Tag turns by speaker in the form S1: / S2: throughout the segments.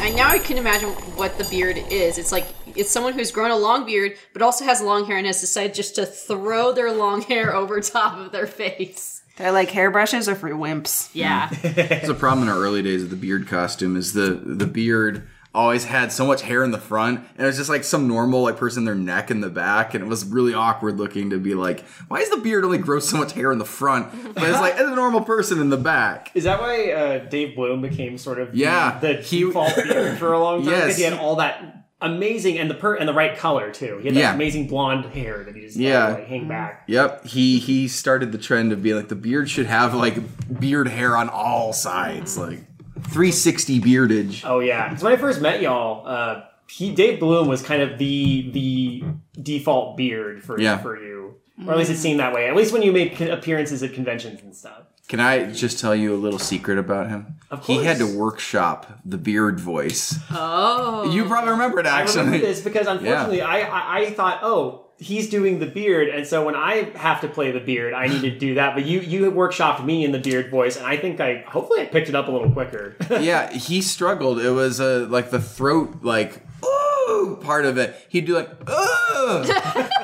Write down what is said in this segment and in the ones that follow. S1: And now I can imagine what the beard is. It's like it's someone who's grown a long beard, but also has long hair and has decided just to throw their long hair over top of their face.
S2: They're like hairbrushes are for wimps.
S1: Yeah.
S3: That's a problem in our early days of the beard costume is the the beard always had so much hair in the front and it was just like some normal like person their neck in the back and it was really awkward looking to be like why is the beard only grow so much hair in the front but it's like as a normal person in the back
S4: Is that why uh, Dave Bloom became sort of the-
S3: Yeah,
S4: the,
S3: he-
S4: default beard for a long time?
S3: Yes.
S4: Because he had all that amazing and the per- and the right color too. He had that
S3: Yeah.
S4: amazing blonde hair that he just
S3: Yeah.
S4: yeah. like, hang back.
S3: yep he he started the trend of being like the beard should have like beard hair on all sides like 360 beardage
S4: Oh yeah, because when I first met y'all, uh, he Dave Bloom was kind of the the default beard for
S3: Yeah.
S4: for you, or at least it seemed that way. At least when you made con- appearances at conventions and stuff.
S3: Can I just tell you a little secret about him? Of He
S4: course.
S3: had to workshop the beard voice.
S1: Oh.
S3: You probably remember it
S4: I
S3: actually.
S4: remember this because unfortunately, I, I I thought, oh, he's doing the beard, and so when I have to play the beard, I need to do that. But you you workshopped me in the beard voice, and I think I hopefully I picked it up a little quicker.
S3: yeah, he struggled. It was uh, like the throat, like ooh, part of it. He'd do like ooh,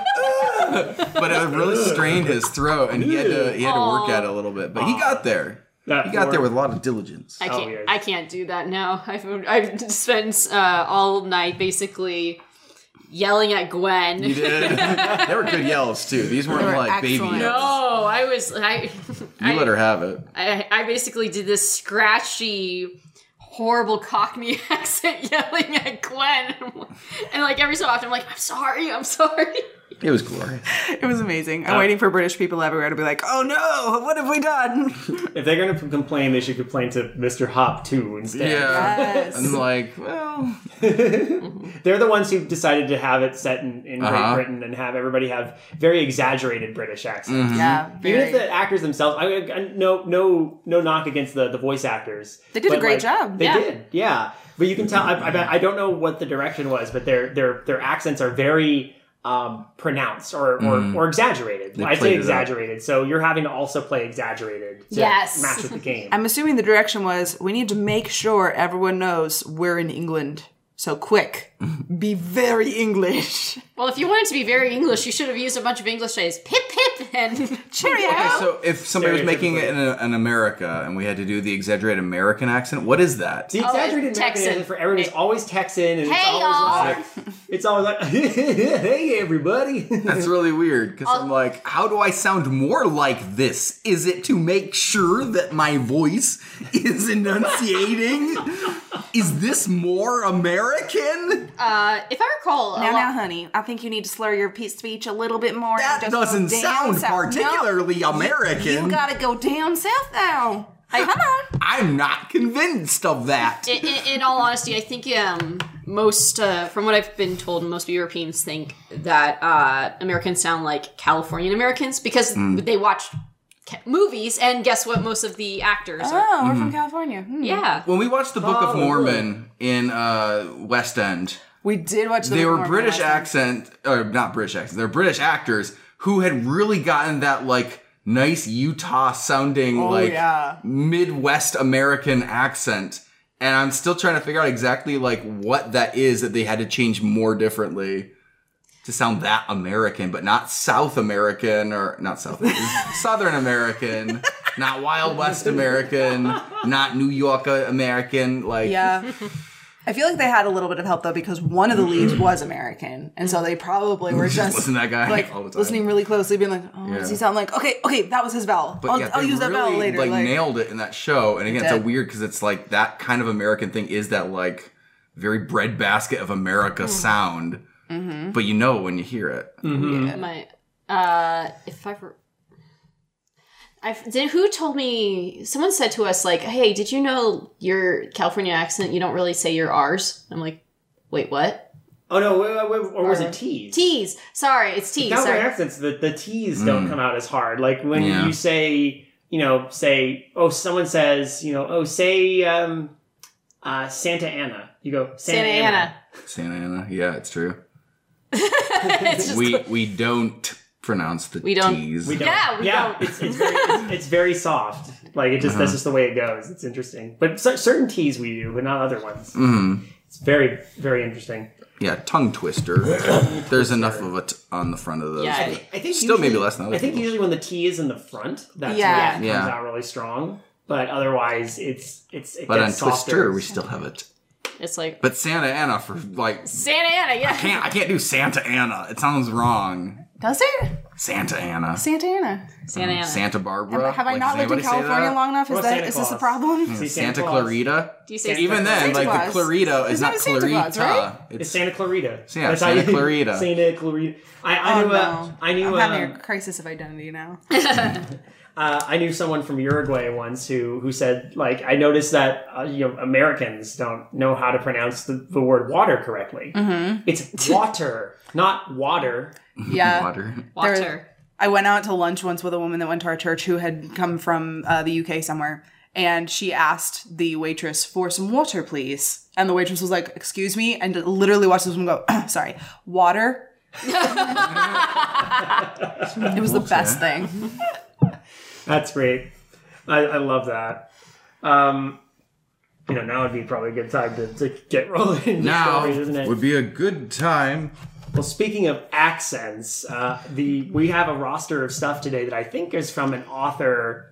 S3: ooh, but it really strained his throat, and he had to he had to work at it a little bit. But he got there.
S4: That
S3: He got there
S4: poor-
S3: with a lot of diligence.
S1: I
S4: Oh,
S1: can't.
S4: yeah.
S1: I can't do that now. I've I've spent uh, all night basically yelling at Gwen.
S3: He did. they were good yells too. These weren't
S2: were
S3: like baby
S2: excellent.
S3: yells.
S1: No, I was I.
S3: You
S1: I,
S3: let her have it.
S1: I, I basically did this scratchy, horrible Cockney accent yelling at Gwen, and like every so often I'm like, I'm sorry, I'm sorry.
S3: It was glorious.
S2: It was amazing.
S3: Uh,
S2: I'm waiting for British people everywhere to be like, "Oh no, what have we done?"
S4: if they're gonna p- complain, they should complain to Mr. Hop too instead.
S3: Yeah.
S2: Yes.
S3: I'm like, well,
S4: They're the ones who decided to have it set in, in
S3: Uh-huh.
S4: Great Britain and have everybody have very exaggerated British accents.
S2: Yeah,
S4: Even if
S2: very.
S4: the actors themselves, I, I no no no knock against the, the voice actors.
S2: They did a
S4: but,
S2: great job,
S4: They
S1: yeah.
S4: did, yeah. But you can tell. I, I, bet- I don't know what the direction was, but their their their accents are very um, pronounced or or, or exaggerated. I
S3: Mm. played
S4: say
S3: it up.
S4: exaggerated, so you're having to also play exaggerated to
S1: Yes.
S4: match with the game.
S2: I'm assuming the direction was we need to make sure everyone knows we're in England. So quick, be very English.
S1: Well, if you wanted to be very English, you should have used a bunch of English phrase, pip pip, and
S2: Cheerio.
S3: Okay, so if somebody was making it in a, an America and we had to do the exaggerated American accent, what is that?
S4: the exaggerated
S1: it's
S4: American
S1: Texan.
S4: accent for everyone is always Texan, and
S1: Hey,
S4: it's
S1: y'all.
S4: always like it's always like hey everybody.
S3: That's really weird because I'm like, how do I sound more like this? Is it to make sure that my voice is enunciating? is this more American?
S1: uh, if I recall, a
S2: Now,
S1: lot-
S2: now, honey, I think you need to slur your pe- speech a little bit more.
S3: That
S2: Just go
S3: doesn't
S2: down
S3: sound
S2: south.
S3: particularly
S2: No,
S3: American.
S2: you gotta go down south now. Come on.
S3: I'm not convinced of that.
S1: in, in, in all honesty, I think um, most, uh, from what I've been told, most Europeans think that uh, Americans sound like Californian Americans because they watch ca- movies, and guess what? Most of the actors are.
S2: Oh, we're from California. Hmm.
S1: Yeah.
S3: when we watched the Book of
S4: Hallelujah.
S3: Mormon in uh, West End,
S2: We did watch the.
S3: they
S2: Book of
S3: were
S2: Mormon
S3: British
S2: last night.
S3: accent, or not British accent. They're British actors who had really gotten that like nice Utah sounding like
S2: Oh, yeah.
S3: Midwest American accent. And I'm still trying to figure out exactly like what that is that they had to change more differently to sound that American, but not South American or not South Southern American, not Wild West American, not New York American. Like
S2: Yeah. I feel like they had a little bit of help though because one of the leads was American, and so they probably were just
S3: listen to that guy
S2: like
S3: all the time.
S2: listening really closely, being like, "Oh, does
S3: Yeah.
S2: he sound like okay? Okay, that was his vowel.
S3: But
S2: I'll,
S3: yeah,
S2: I'll
S3: they
S2: use that vowel
S3: really,
S2: later."
S3: Like,
S2: Like,
S3: nailed it in that show, and again, it's so
S2: did.
S3: weird because it's like that kind of American thing is that like very breadbasket of America
S2: Mm-hmm.
S3: sound, but you know when you hear it. Mm-hmm.
S1: My, uh, if I. re- I did. Who told me? Someone said to us, like, "Hey, did you know your California accent? You don't really say your R's." I'm like, "Wait, what?
S4: oh no, wait, wait, wait, or was it T's?
S1: T's. Sorry, it's T's.
S4: Cowboy
S1: Sorry.
S4: accents, the, the T's don't come out as hard. Like when
S3: Mm. Yeah.
S4: you say, you know, say, oh, someone says, you know, oh, say um, uh, Santa Ana. You go, Santa,
S1: Santa
S4: Ana.
S1: Ana.
S3: Santa Ana, yeah, it's true.
S1: It's just-
S3: We we don't pronounce the
S1: We don't-
S3: T's.
S4: We don't.
S1: Yeah, we don't.
S4: It's, it's, very, it's, it's very
S3: Uh-huh.
S4: soft. Like it just, that's just the way it goes. It's interesting. But cer- certain T's we do, but not other ones.
S3: Mhm.
S4: It's very, very interesting.
S3: Yeah, tongue twister. There's enough of it on the front of those.
S1: Yeah, I
S3: that-
S1: think-
S4: I think
S3: Still maybe
S4: usually-
S3: less than other
S4: I think
S3: people.
S4: usually when the T is in the front, that's
S2: Yeah.
S4: yeah, when it
S3: Yeah.
S4: comes out really strong. But otherwise, it's it's it
S3: but on
S4: gets softer.
S3: Twister, we still have it.
S1: It's like
S3: But Santa Ana for like
S1: Santa Ana, yeah.
S3: can't I can't do Santa Ana. It sounds wrong.
S2: Does it?
S3: Santa Ana. Mm,
S2: Santa Ana.
S1: Santa Ana.
S3: Santa Barbara.
S2: Have I
S3: Like,
S2: not
S3: does
S2: lived in
S3: anybody say
S2: California
S3: that?
S2: long enough? Is
S4: Or
S2: that
S4: Santa
S2: is this a
S4: Claus.
S2: problem?
S4: See,
S3: Santa
S4: Claus.
S3: Clarita.
S1: Do you say
S3: Even then,
S2: Santa
S3: like
S2: Claus.
S3: the Clarita is
S2: His
S3: not
S2: name is Santa
S3: Clarita.
S2: Claus, right?
S3: It's
S4: It's Santa Clarita.
S3: Yeah,
S4: how
S3: Santa
S4: you-
S3: Clarita.
S4: Santa Clarita. I, I
S2: Oh,
S4: knew. Uh,
S2: no.
S4: I knew.
S2: I'm having
S4: um,
S2: a crisis of identity now.
S4: uh, I knew someone from Uruguay once who who said like I noticed that uh, you know Americans don't know how to pronounce the, the word water correctly.
S2: Mm-hmm.
S4: It's water, not water.
S2: Yeah.
S3: water.
S1: Water.
S2: I went out to lunch once with a woman that went to our church who had come from uh, the UK somewhere, and she asked the waitress for some water, please. And the waitress was like, "Excuse me," and literally watched this woman go, "Uh, "Sorry, water." it was the best thing.
S4: That's great. I, I love that. Um, you know, now would be probably a good time to, to get rolling. in the
S3: Now
S4: stories, isn't it?
S3: would be a good time.
S4: Well, speaking of accents, uh, the we have a roster of stuff today that I think is from an author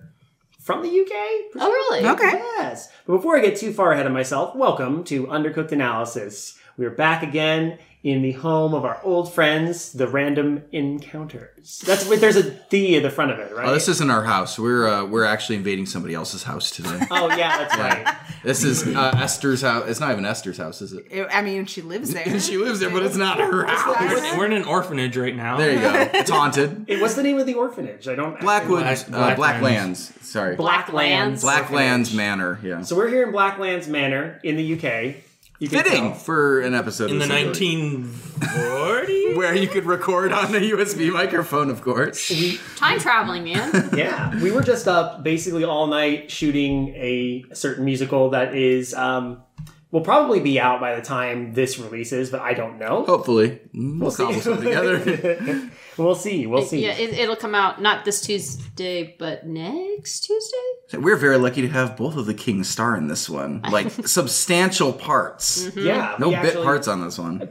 S4: from the UK.
S1: Oh really?
S2: Okay.
S4: Yes. But before I get too far ahead of myself, welcome to Undercooked Analysis. We're back again in the home of our old friends, the Random Encounters. That's wait, there's a D at the front of it, right?
S3: Oh, this isn't our house. We're uh, we're actually invading somebody else's house today.
S4: Oh, yeah, that's right.
S3: this is uh, Esther's house. It's not even Esther's house, is it?
S2: I mean, she lives there.
S3: She lives there, but it's not her house.
S5: We're, we're in an orphanage right now.
S3: There you go. It's haunted.
S4: It- What's the name of the orphanage? I don't.
S3: Blackwood,
S5: Black-
S3: uh,
S5: Blacklands.
S3: Blacklands. Sorry,
S4: Blacklands.
S3: Blacklands Manor. Yeah,
S4: So we're here in Blacklands Manor in the UK. You can
S3: fitting
S4: tell.
S3: for an episode
S5: In the
S3: of this movie.
S5: 1940s?
S3: where you could record on a USB microphone, of course.
S1: Time traveling, man.
S4: Yeah, we were just up basically all night shooting a certain musical that is um, will probably be out by the time this releases, but I don't know.
S3: Oh. Hopefully, we'll cobble something together.
S4: We'll see. We'll see.
S1: yeah, it, it'll come out not this Tuesday, but next Tuesday.
S3: We're very lucky to have both of the kings star in this one, like substantial parts.
S4: Yeah,
S1: hmm.
S3: No
S4: we
S3: bit
S4: Mm-hmm. actually-
S3: parts on this one.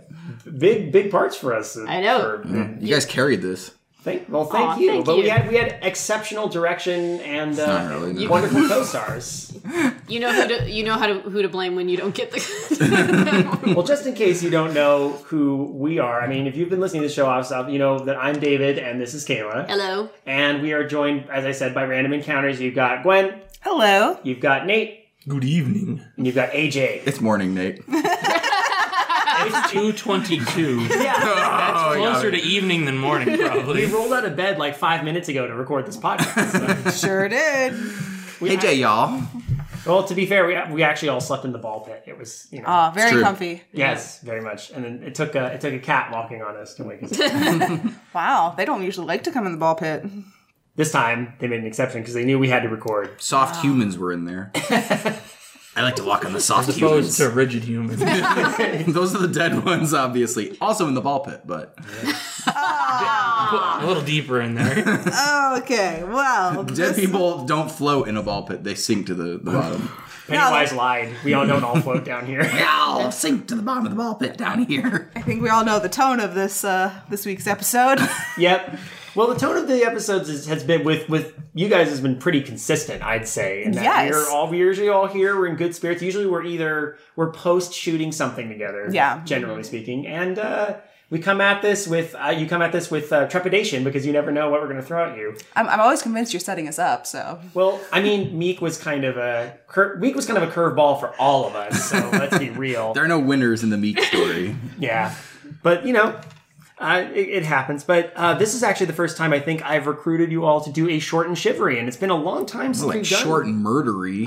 S4: Big big parts for us.
S1: I know.
S4: For-
S3: You guys carried this.
S4: Thank well, thank
S1: Aw,
S4: you.
S1: thank
S4: but we
S1: you.
S4: had we had exceptional direction and uh,
S3: Not really, no.
S4: wonderful co-stars.
S1: You know who to you know how to who to blame when you don't get the.
S4: well, just in case you don't know who we are, I mean, if you've been listening to the show off stuff, you know that I'm David and this is Kayla,
S1: Hello.
S4: and we are joined, as I said, by random encounters. You've got Gwen,
S2: Hello.
S4: you've got Nate,
S5: Good evening.
S4: and you've got AJ.
S3: It's morning, Nate.
S5: It's 222.
S3: Oh,
S5: Closer to evening than morning,
S4: We
S5: probably.
S4: rolled out of bed like five minutes ago to record this podcast.
S2: Sure did.
S3: Hey, Jay, y'all.
S4: So- well, to be fair, we, we actually all slept in the ball pit. It was you know.
S2: Oh, very
S3: true.
S2: comfy.
S4: Yes, very much. And then it took a it took a cat walking on us to wake us. up.
S2: Wow, they don't usually like to come in the ball pit.
S4: this time they made an exception because they knew we had to record.
S3: Soft humans were in there. I like to walk on the soft
S5: Opposed
S3: humans.
S5: to rigid humans.
S3: Those are the dead ones, obviously. Also in the ball pit, but
S5: a little deeper in there.
S2: Okay, well,
S3: dead people don't float in a ball pit. They sink to the, the bottom.
S4: Pennywise lied. We all don't all float down here.
S3: Y'all sink to the bottom of the ball pit down here.
S2: I think we all know the tone of this uh, this week's episode.
S4: yep. Well, the tone of the episodes is, has been with with you guys has been pretty consistent, I'd say. And that
S2: Yes.
S4: we're all we're usually all here. We're in good spirits. Usually we're either we're post shooting something together.
S2: Yeah.
S4: Generally speaking, and. uh we come at this with uh, you come at this with uh, trepidation because you never know what we're going to throw at you.
S2: I'm, I'm always convinced you're setting us up, so
S4: Well, I mean, Meek was kind of a cur- Meek was kind of a curveball for all of us. So let's be real.
S3: There are no winners in the meat story.
S4: yeah, but you know, uh, it, it happens. But uh, this is actually the first time I think I've recruited you all to do a short and shivery, and it's been a long time since
S3: like
S4: we've done.
S3: short and murdery.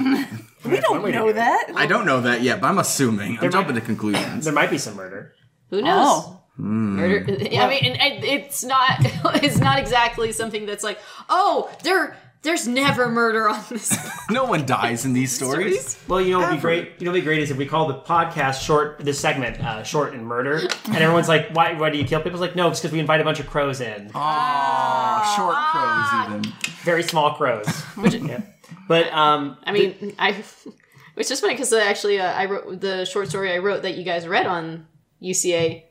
S2: we don't know that.
S3: I don't know that yet, but I'm assuming. I'm jumping to conclusions.
S4: There might be some murder.
S1: Who knows?
S2: Oh,
S1: Murder. I mean, and, and it's not. It's not exactly something that's like, oh, there. There's never murder on this.
S3: no one dies in these stories.
S4: Well, you know, it'd be great. You know, it'd be great is if we call the podcast short this segment uh, "Short and Murder," and everyone's like, "Why? Why do you kill people?" It's like, no, it's because we invite a bunch of crows in,
S3: Oh, short crows even.
S4: very small crows. yeah. But um,
S1: I mean, I. Which is funny because actually, uh, I wrote the short story I wrote that you guys read on UCA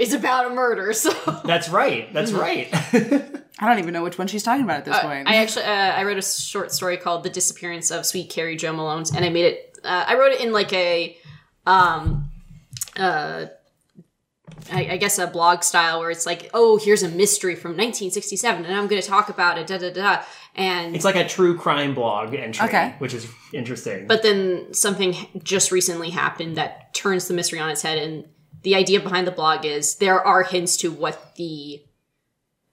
S1: is about a murder. So
S4: That's right. That's
S2: Mm-hmm.
S4: right.
S2: I don't even know which one she's talking about at this point.
S1: I actually uh, I wrote a short story called "The Disappearance of Sweet Carrie Joe Malone's," and I made it. Uh, I wrote it in like a, um, uh, I, I guess a blog style where it's like, oh, here's a mystery from 1967, and I'm going to talk about it. Da da da. da. And
S4: it's like a true crime blog entry,
S2: Okay.
S4: which is interesting.
S1: but then something just recently happened that turns the mystery on its head and the idea behind the blog is there are hints to what the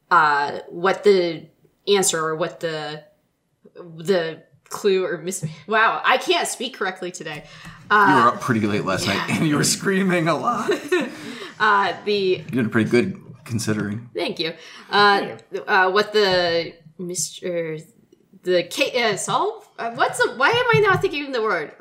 S1: uh what the answer or what the the clue or mis- wow i can't speak correctly today
S3: you were up pretty late last night and you were screaming a lot. You
S1: uh the
S3: did pretty good considering.
S1: thank you uh, uh what the mr the ca- uh, solve uh, what's the why am i not thinking of the word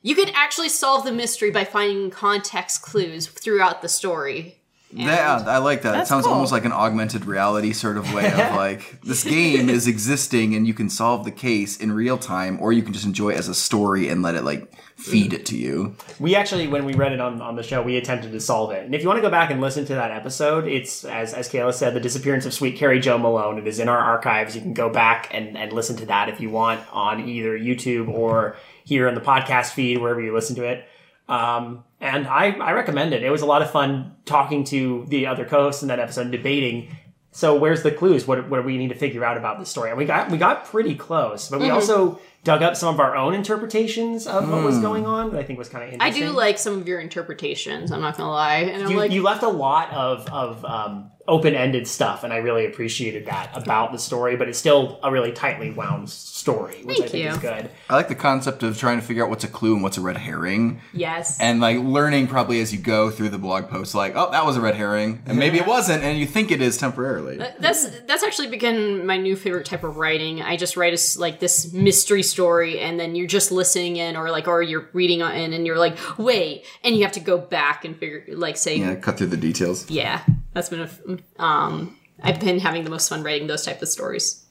S1: you could actually solve the mystery by finding context clues throughout the story
S3: Yeah, I like that. It
S2: That's
S3: sounds
S2: cool.
S3: almost like an augmented reality sort of way of like this game is existing and you can solve the case in real time, or you can just enjoy it as a story and let it like
S2: Mm.
S3: feed it to you.
S4: we actually, when we read it on, on the show, we attempted to solve it. And if you want to go back and listen to that episode, it's, as, as Kayla said, The Disappearance of Sweet Carrie Joe Malone. It is in our archives. You can go back and, and listen to that if you want on either YouTube or here in the podcast feed, wherever you listen to it. Um, and I, I recommend it. It was a lot of fun talking to the other co hosts in that episode and debating. So where's the clues? What, what do we need to figure out about the story? And we got we got pretty close, but we
S1: Mm-hmm.
S4: also dug up some of our own interpretations of what was going on that I think was kind of
S1: Hmm. I
S4: interesting.
S1: do like some of your interpretations. I'm not gonna lie, and I'm
S4: you,
S1: like,
S4: you left a lot of of um, open ended stuff, and I really appreciated that about the story. But it's still a really tightly wound story, which I
S1: Thank
S4: think
S1: you.
S4: is good.
S3: I like the concept of trying to figure out what's a clue and what's a red herring.
S1: yes,
S3: And like learning probably as you go through the blog post, like, oh, that was a red herring. And maybe it wasn't, and you think it is temporarily.
S2: Uh,
S1: that's that's actually become my new favorite type of writing. I just write as like this mystery story, and then you're just listening in, or like, or you're reading on in, and you're like, wait, and you have to go back and figure, like, say,
S3: Yeah,
S1: yeah,
S3: cut through the details.
S1: that's been a, f- um, I've been having the most fun writing those type of stories.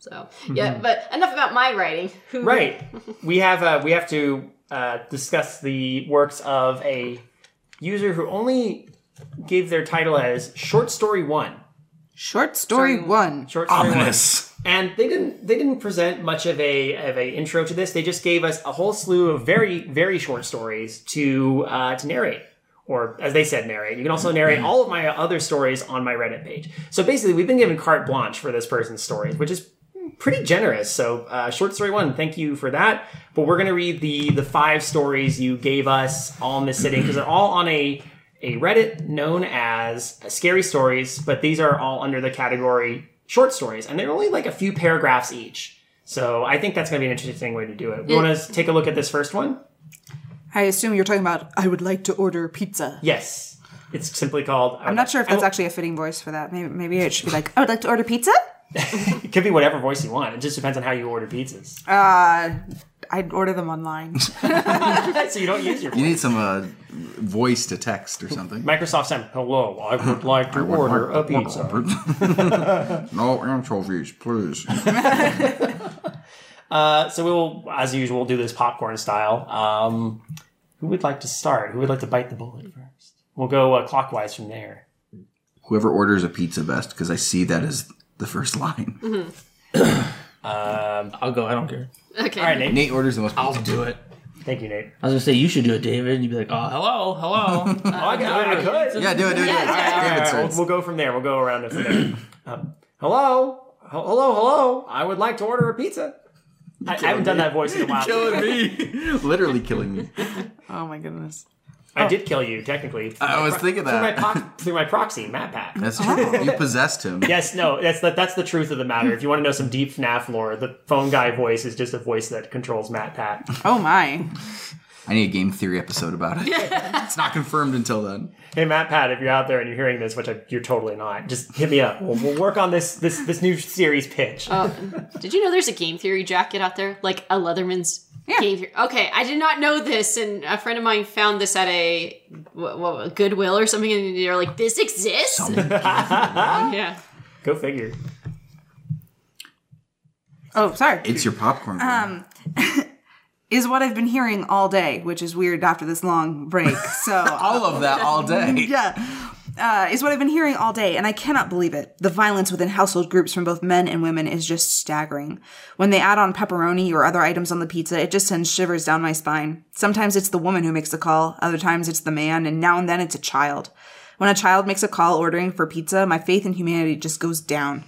S1: So yeah, but enough about my writing. Who-
S4: Mm-hmm. Right. we have uh, we have to uh, discuss the works of a user who only gave their title as short story one.
S2: Short story one.
S4: Short story one.
S3: Ominous.
S4: And they didn't they didn't present much of a of a intro to this. They just gave us a whole slew of very very short stories to uh, to narrate, or as they said, narrate. You can also narrate all of my other stories on my Reddit page. So basically, we've been given carte blanche for this person's stories, which is pretty generous. So uh, short story one, thank you for that. But we're gonna read the the five stories you gave us all in this city because they're all on a a Reddit known as Scary Stories, but these are all under the category short stories, and they're only like a few paragraphs each. So I think that's going to be an interesting way to do it. We want to take a look at this first one?
S2: I assume you're talking about I would like to order pizza.
S4: Yes. It's simply called. uh,
S2: I'm not sure
S4: Oh.
S2: if that's actually a fitting voice for that. Maybe maybe it should be like I would like to order pizza.
S4: It could be whatever voice you want. It just depends on how you order pizzas.
S2: Uh, I'd order them online.
S4: so you don't use your
S3: You
S4: voice.
S3: need some uh, voice to text or something.
S4: Microsoft sent, hello, I would like to order a pizza.
S3: no anchovies, please.
S4: Uh, so we'll, as usual, do this popcorn style. Um, who would like to start? Who would like to bite the bullet first? We'll go uh, clockwise from there.
S3: Whoever orders a pizza best, because I see that as the first line.
S5: Mm-hmm. I'll go. I don't care.
S1: Okay,
S4: All right, Nate.
S3: Nate orders the most
S5: I'll do it.
S4: Thank you, Nate.
S5: I was gonna say you should do it, David, and you'd be like, "Oh, hello, hello."
S4: Oh, I, could, I could.
S3: Yeah, do it, do it, do it. David's
S4: All right, we'll,
S3: turn.
S4: we'll go from there. We'll go around it from there. Um, hello, H- hello, hello. I would like to order a pizza. I, I haven't done that voice in a while.
S3: Killing me. Literally killing me.
S2: oh my goodness.
S4: I did kill you technically. Through
S3: I
S4: my
S3: was
S4: pro-
S3: thinking
S4: through my,
S3: that.
S4: po- through my proxy, MatPat.
S3: That's true. You possessed him.
S4: Yes, no, that's the, that's the truth of the matter. If you want to know some deep FNAF lore, the phone guy voice is just a voice that controls MatPat.
S2: Oh my.
S3: I need a game theory episode about it. it's not confirmed until then.
S4: Hey, MatPat, if you're out there and you're hearing this, which I, you're totally not, just hit me up. We'll, we'll work on this this this new series pitch.
S1: Oh. Did you know there's a game theory jacket out there, like a Leatherman's game theory? Okay, I did not know this, and a friend of mine found this at a what, what, Goodwill or something, and they're like, "This exists." yeah,
S4: go figure.
S2: Oh, sorry.
S3: It's your popcorn. Um,
S2: is what I've been hearing all day, which is weird after this long break. So
S3: All of that all day.
S2: yeah. Uh, is what I've been hearing all day, and I cannot believe it. The violence within household groups from both men and women is just staggering. When they add on pepperoni or other items on the pizza, it just sends shivers down my spine. Sometimes it's the woman who makes the call, other times it's the man, and now and then it's a child. When a child makes a call ordering for pizza, my faith in humanity just goes down.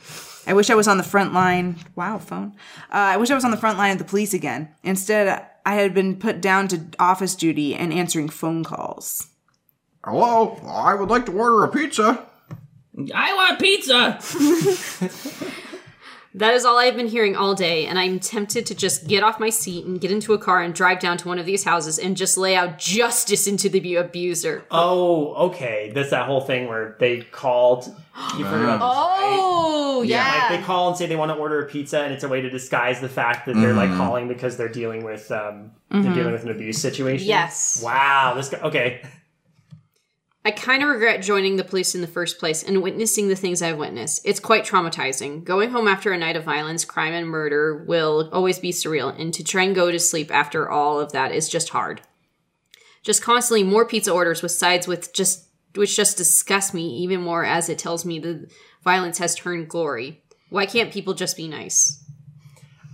S2: I wish I was on the front line. Wow, phone. Uh, I wish I was on the front line of the police again. Instead, I had been put down to office duty and answering phone calls.
S3: Hello, I would like to order a pizza.
S5: I want pizza.
S1: That is all I've been hearing all day, and I'm tempted to just get off my seat and get into a car and drive down to one of these houses and just lay out justice into the bu- abuser.
S4: Oh, okay. That's that whole thing where they called. You heard
S3: Oh,
S4: about this, right?
S1: Oh, yeah.
S4: Like they call and say they want to order a pizza, and it's a way to disguise the fact that they're like calling because they're dealing with um, they're dealing with an abuse situation.
S1: Mm-hmm. Yes.
S4: Wow. This guy. Okay.
S1: I kind of regret joining the police in the first place and witnessing the things I've witnessed. It's quite traumatizing. Going home after a night of violence, crime, and murder will always be surreal, and to try and go to sleep after all of that is just hard. Just constantly more pizza orders with sides with just which just disgust me even more as it tells me the violence has turned glory. Why can't people just be nice?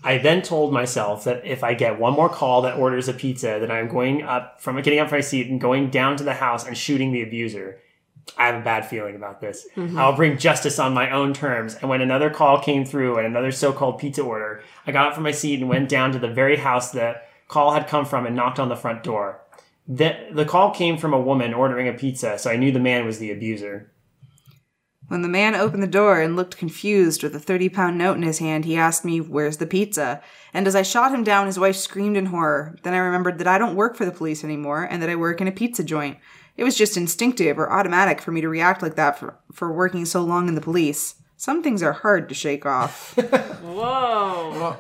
S4: I then told myself that if I get one more call that orders a pizza, that I'm going up from getting up from my seat and going down to the house and shooting the abuser. I have a bad feeling about this. I'll bring justice on my own terms. And when another call came through and another so-called pizza order, I got up from my seat and went down to the very house the call had come from and knocked on the front door. The, the call came from a woman ordering a pizza, so I knew the man was the abuser.
S2: When the man opened the door and looked confused with a 30 pound note in his hand, he asked me, Where's the pizza? And as I shot him down, his wife screamed in horror. Then I remembered that I don't work for the police anymore and that I work in a pizza joint. It was just instinctive or automatic for me to react like that for, for working so long in the police. Some things are hard to shake off.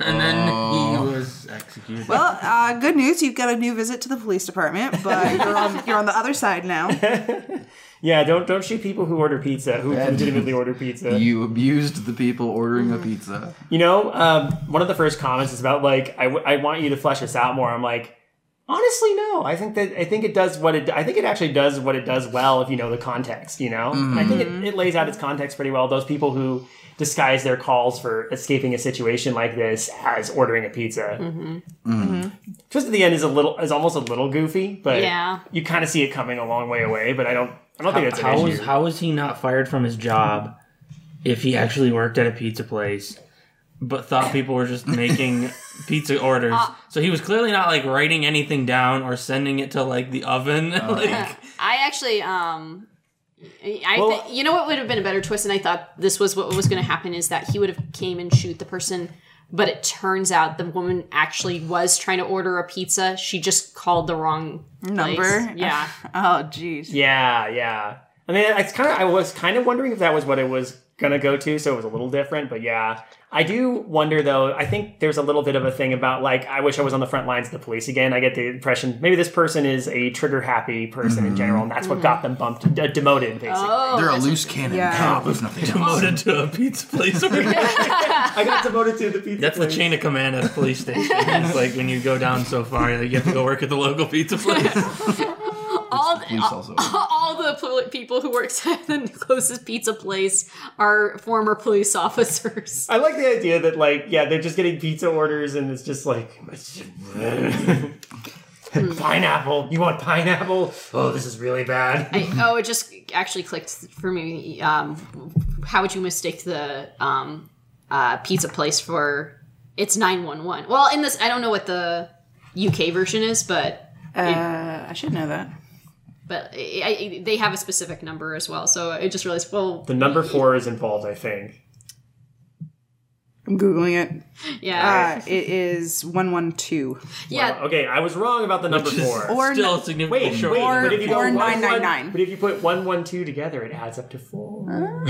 S5: and then he was executed.
S2: well, uh, good news, you've got a new visit to the police department, but you're on, you're on the other side now.
S4: Yeah, don't don't shoot people who order pizza, who legitimately order pizza.
S3: You abused the people ordering a pizza.
S4: You know, um, one of the first comments is about like I, w- I want you to flesh this out more. I'm like, honestly, no. I think that I think it does what it. I think it actually does what it does well if you know the context. You know, And I think it, it lays out its context pretty well. Those people who disguise their calls for escaping a situation like this as ordering a pizza.
S5: Mm-hmm.
S4: Twist at the end is a little is almost a little goofy, but
S1: Yeah.
S4: you kind of see it coming a long way away. But I don't. I don't think it's an
S5: How
S4: issue.
S5: is how is he not fired from his job if he actually worked at a pizza place, but thought people were just making pizza orders? so he was clearly not like writing anything down or sending it to like the oven.
S4: Uh,
S5: like
S1: I actually, um, I
S4: Well-
S1: thi- you know what would have been a better twist, and I thought this was what was going to happen is that he would have came and shoot the person, but it turns out the woman actually was trying to order a pizza. She just called the wrong place.
S2: Number?
S1: Yeah,
S2: Oh, jeez.
S4: Yeah, yeah. I mean, it's kind of. I was kind of wondering if that was what it was gonna go to, so it was a little different. But yeah, I do wonder though. I think there's a little bit of a thing about like, I wish I was on the front lines of the police again. I get the impression maybe this person is a trigger happy person in general, and that's what got them bumped, d- demoted, basically.
S5: Oh.
S3: They're a loose cannon.
S2: Yeah.
S3: Cop is nothing else.
S5: promoted to a pizza place.
S4: I got demoted to the pizza.
S5: That's the
S4: place.
S5: chain of command at a police station. It's like when you go down so far, like, you have to go work at the local pizza place.
S1: all the,
S3: Police also.
S1: all the pol- people who works at the closest pizza place are former police officers.
S4: I like the idea that like, yeah, they're just getting pizza orders, and it's just like. pineapple you want pineapple oh this is really bad
S1: I, oh, it just actually clicked for me. Um, how would you mistake the um, uh, pizza place for it's nine one one? Well, in this, I don't know what the UK version is, but
S2: Uh, I should know that.
S1: but I, I, they have a specific number as well. So I just realized, well,
S4: the number four is involved i think
S2: I'm Googling it.
S1: yeah,
S2: Uh, it is 112.
S1: yeah.
S4: Okay, I was wrong about the number
S5: Which is
S4: four.
S2: Or-
S5: still significantly
S4: wait,
S5: short.
S4: wait,
S2: Or-
S4: but if you go
S2: or
S4: one, one-
S2: 999.
S4: But if you put one, one, two together, it adds up to four.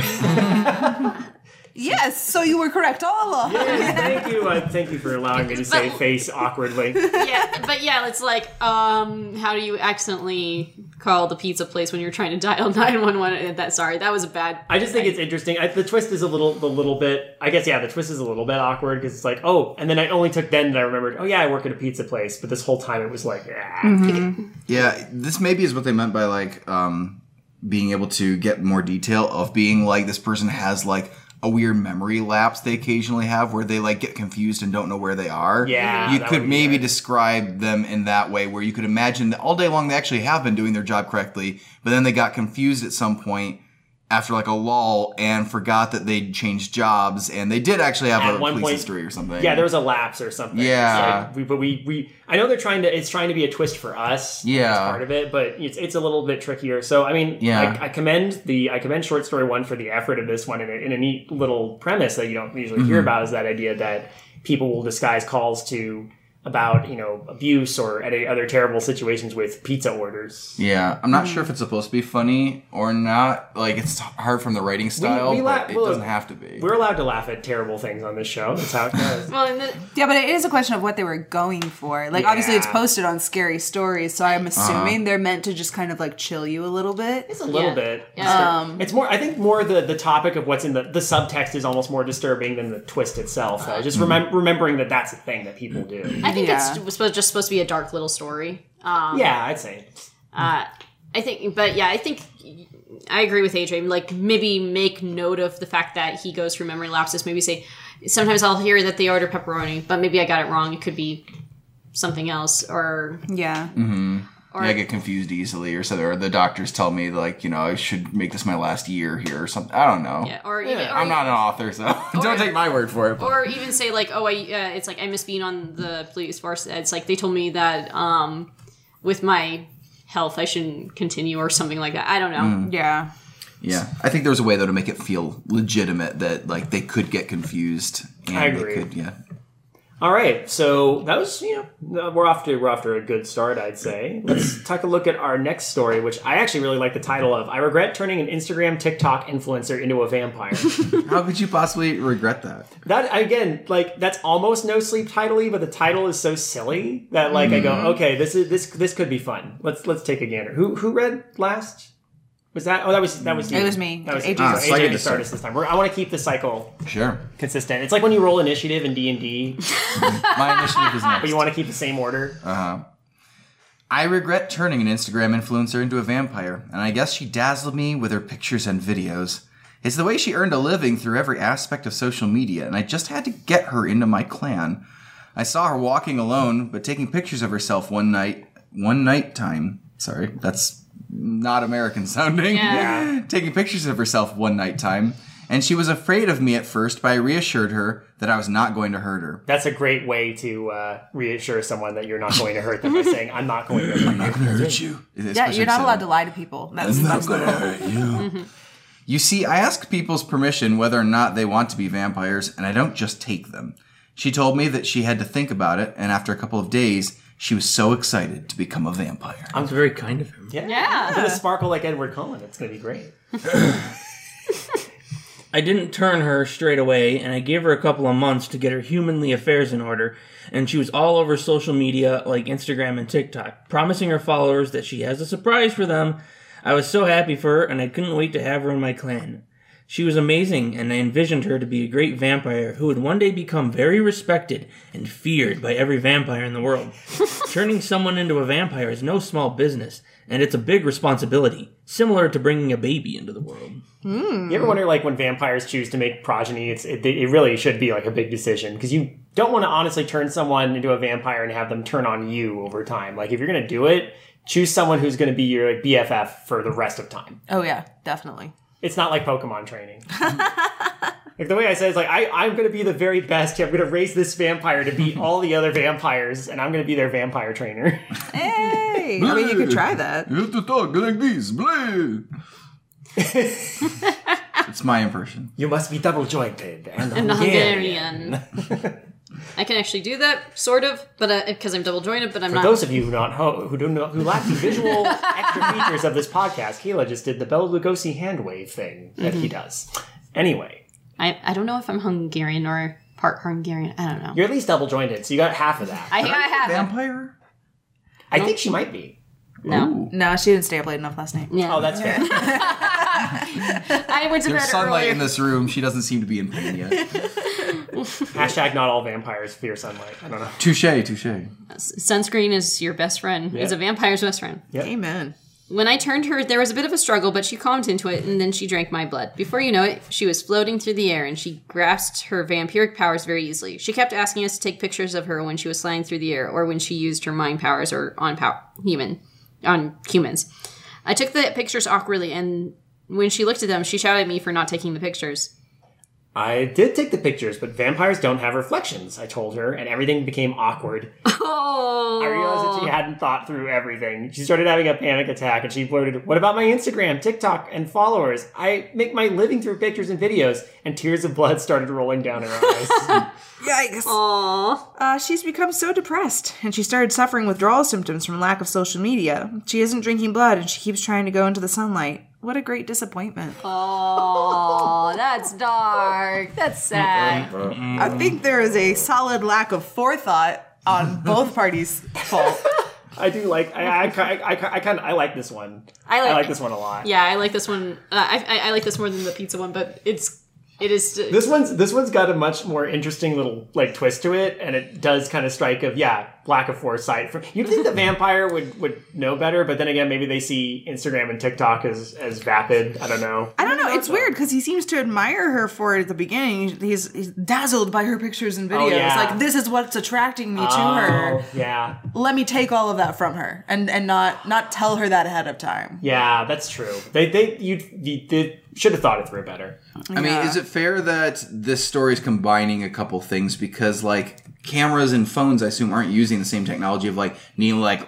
S2: Yes, so you were correct all along.
S4: thank you, uh, thank you for allowing me to say
S1: But-
S4: face awkwardly.
S1: yeah, but yeah, it's like, um, how do you accidentally call the pizza place when you're trying to dial nine one one? That sorry, that was a bad.
S4: I just think it's interesting. I, the twist is a little, the little bit. I guess yeah, the twist is a little bit awkward because it's like, oh, and then I only took then that I remembered. Oh yeah, I work at a pizza place, but this whole time it was like, ah.
S3: Yeah, this maybe is what they meant by like um, being able to get more detail of being like this person has like a weird memory lapse they occasionally have where they like get confused and don't know where they are.
S4: Yeah,
S3: you
S4: that
S3: could
S4: would be
S3: maybe
S4: right.
S3: describe them in that way where you could imagine that all day long they actually have been doing their job correctly, but then they got confused at some point after like a lull and forgot that they'd changed jobs and they did actually have
S4: At
S3: a
S4: one
S3: police
S4: point-
S3: history or something.
S4: yeah, there was a lapse or something.
S3: Yeah.
S4: It's like, we, but we, we, I know they're trying to. It's trying to be a twist for us.
S3: Yeah.
S4: that's part of it, but it's it's a little bit trickier. So I mean,
S3: Yeah.
S4: I, I commend the I commend short story one for the effort of this one and a, and a neat little premise that you don't usually hear
S3: Mm-hmm.
S4: about is that idea that people will disguise calls to about you know abuse or any other terrible situations with pizza orders.
S3: Yeah, I'm not sure if it's supposed to be funny or not. Like, it's hard from the writing style,
S4: we la-
S3: but it
S4: well,
S3: doesn't have to be.
S4: We're allowed to laugh at terrible things on this show. That's how it goes.
S1: Well, and the,
S2: Yeah, but it is a question of what they were going for. Like, obviously, it's
S4: Yeah. Uh-huh.
S2: posted on scary stories, so I'm assuming they're meant to just kind of like chill you a little bit.
S4: It's a little
S1: Yeah.
S4: bit.
S1: Yeah.
S4: Disturb- it's more. I think more the the topic of what's in the the subtext is almost more disturbing than the twist itself. though.
S1: Uh-huh.
S4: Just remem- remembering that that's a thing that people do.
S1: I think
S2: Yeah.
S1: it's supposed, just supposed to be a dark little story. Um,
S4: yeah, I'd say.
S1: uh, I think, but yeah, I think I agree with Adrian. Like maybe make note of the fact that he goes through memory lapses. Maybe say sometimes I'll hear that they order pepperoni, but maybe I got it wrong. It could be something else or
S2: Yeah.
S4: Mm-hmm.
S1: or
S3: Yeah, I get confused easily, or so, or the doctors tell me like, you know, I should make this my last year here or something. I don't know.
S1: yeah, or even, or, e-,
S3: I'm not an author, so don't take my word for it. but-
S1: or even say like oh I uh, it's like I miss being on the police force. It's like they told me that um with my health I shouldn't continue or something like that. I don't know.
S2: Yeah.
S3: yeah, I think there's a way though to make it feel legitimate that like they could get confused. And
S4: I
S3: they
S4: agree.
S3: could- yeah.
S4: All right, so that was you know we're off to we're off to a good start, I'd say. Let's take a look at our next story, which I actually really like the title of. I regret turning an Instagram TikTok influencer into a vampire.
S3: How could you possibly regret that?
S4: That again, like that's almost no sleep titley, but the title is so silly that like I
S2: Mm-hmm.
S4: go, okay, this is this this could be fun. Let's let's take a gander. Who who read last? Was that? Oh, that was that was you.
S2: It was me.
S4: That was
S2: Adrian
S3: started.
S4: Adrian.
S3: Ah, so I
S4: Adrian
S3: get to
S4: started us this time. We're, I want to keep the cycle
S3: Sure,
S4: consistent. It's like when you roll initiative in D and D,
S3: my initiative is next.
S4: but you want to keep the same order.
S2: Uh.
S3: I regret turning an Instagram influencer into a vampire, and I guess she dazzled me with her pictures and videos. It's the way she earned a living through every aspect of social media, and I just had to get her into my clan. I saw her walking alone, but taking pictures of herself one night, one night time. Sorry, that's not American sounding.
S1: Yeah.
S3: taking pictures of herself one night time, and she was afraid of me at first, but I reassured her that I was not going to hurt her.
S4: That's a great way to uh, reassure someone that you're not going to hurt them by saying, "I'm not going to." hurt you."
S3: I'm not gonna hurt you.
S2: Yeah, you're not allowed to lie to people. That's, that's the Mm-hmm. rule.
S3: you. see, I ask people's permission whether or not they want to be vampires, and I don't just take them. She told me that she had to think about it, and after a couple of days, she was so excited to become a vampire.
S5: That's very kind of him.
S4: Yeah,
S1: Yeah.
S4: With a sparkle like Edward Cullen, it's going to be great.
S5: I didn't turn her straight away, and I gave her a couple of months to get her humanly affairs in order, and she was all over social media like Instagram and TikTok, promising her followers that she has a surprise for them. I was so happy for her, and I couldn't wait to have her in my clan. She was amazing, and I envisioned her to be a great vampire who would one day become very respected and feared by every vampire in the world. Turning someone into a vampire is no small business, and it's a big responsibility, similar to bringing a baby into the world.
S4: You
S1: Mm-hmm.
S4: ever wonder, like, when vampires choose to make progeny, it's it, it really should be like a big decision because you don't want to honestly turn someone into a vampire and have them turn on you over time. Like, if you're gonna do it, choose someone who's gonna be your like BFF for the rest of time.
S2: Oh, yeah, definitely.
S4: It's not like Pokemon training. like the way I say it is like I I'm gonna be the very best. I'm gonna raise this vampire to beat all the other vampires, and I'm gonna be their vampire trainer.
S2: Hey! I mean, you could try that.
S3: You have to talk like this, bleh. it's my impression.
S4: you must be double jointed and,
S1: and the Hungarian. I can actually do that, sort of, but because I'm double jointed, but I'm
S4: For
S1: not.
S4: those of you who not ho- who don't know who lack the visual extra features Mm-hmm. of this podcast, Keela just did the Bela Lugosi hand wave thing that he does. Anyway,
S1: I, I don't know if I'm Hungarian or part Hungarian. I don't know.
S4: You're at least double jointed, so you got half of that.
S1: I think I have.
S3: Vampire?
S4: I think she might be.
S1: No.
S2: No, she didn't stay up late enough last night.
S1: Yeah.
S4: Oh, that's fair.
S1: I went to
S3: There's
S1: bed
S3: sunlight
S1: earlier.
S3: in this room. She doesn't seem to be in pain yet.
S4: Hashtag not all vampires fear sunlight. I don't know.
S3: touche, touche.
S1: Sunscreen is your best friend. Is a vampire's best friend.
S2: Amen.
S1: When I turned her, there was a bit of a struggle, but she calmed into it, and then she drank my blood. Before you know it, she was floating through the air, and she grasped her vampiric powers very easily. She kept asking us to take pictures of her when she was flying through the air, or when she used her mind powers, or on pow- human, on humans. I took the pictures awkwardly, and when she looked at them, she shouted at me for not taking the pictures.
S4: I did take the pictures, but vampires don't have reflections, I told her, and everything became awkward.
S1: Oh,
S4: I realized that she hadn't thought through everything. She started having a panic attack and she blurted, What about my Instagram, TikTok, and followers? I make my living through pictures and videos, and tears of blood started rolling down her eyes.
S2: Yikes.
S1: Aw.
S2: Uh, she's become so depressed, and she started suffering withdrawal symptoms from lack of social media. She isn't drinking blood, and she keeps trying to go into the sunlight. What a great disappointment.
S1: Aw, that's dark. That's sad.
S2: I think there is a solid lack of forethought on both parties' fault.
S4: I do like, I, I, I, I, I kind of, I like this one.
S1: I like-
S4: I like this one a lot.
S1: Yeah, I like this one. Uh, I, I, I like this more than the pizza one, but it's it is
S4: This one's this one's got a much more interesting little like twist to it, and it does kind of strike of yeah lack of foresight. From you'd think the vampire would would know better, but then again, maybe they see Instagram and TikTok as as vapid. I don't know.
S2: I don't know. It's weird because he seems to admire her for it at the beginning. He's, he's dazzled by her pictures and videos.
S4: Oh, yeah.
S2: Like this is what's attracting me to her.
S4: Oh, yeah,
S2: Let me take all of that from her and and not not tell her that ahead of time.
S4: yeah, that's true. They they you you- they should have thought it through better.
S3: I mean, is it fair that this story is combining a couple things because like cameras and phones, I assume, aren't using the same technology of like needing like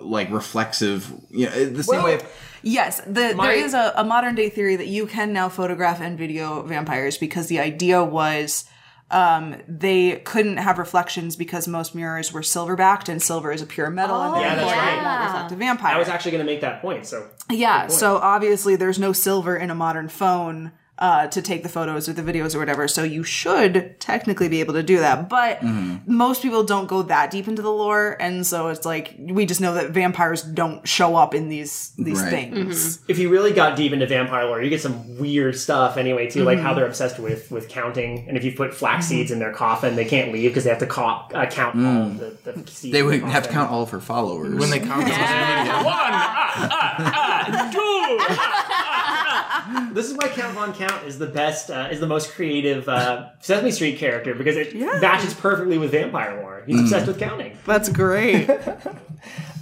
S3: like reflexive, you know, the same way. Of,
S2: Yes, the,
S4: My-
S2: there is a, a modern day theory that you can now photograph and video vampires because the idea was um, they couldn't have reflections because most mirrors were silver backed and silver is a pure metal and
S4: Yeah, that's
S2: therefore
S4: right.
S2: it won't reflect a vampire.
S4: I was actually going to make that point. So
S2: Yeah, so obviously there's no silver in a modern phone uh, to take the photos or the videos or whatever. So you should technically be able to do that. But
S4: Mm-hmm.
S2: most people don't go that deep into the lore. And so it's like, we just know that vampires don't show up in these, these
S3: Right.
S2: things.
S4: if you really got deep into vampire lore, you get some weird stuff anyway too, like how they're obsessed with with counting, and if you put flax seeds in their coffin, they can't leave because they have to co- uh, count all of the, the
S3: Mm.
S4: seeds.
S3: they
S4: in the
S3: would have to
S4: coffin.
S3: count all of her followers.
S5: When they come, one, ah, ah, ah, two.
S4: This is why Count Von Count is the best, uh, is the most creative uh, Sesame Street character because it matches perfectly with vampire lore. He's obsessed with counting.
S2: That's great.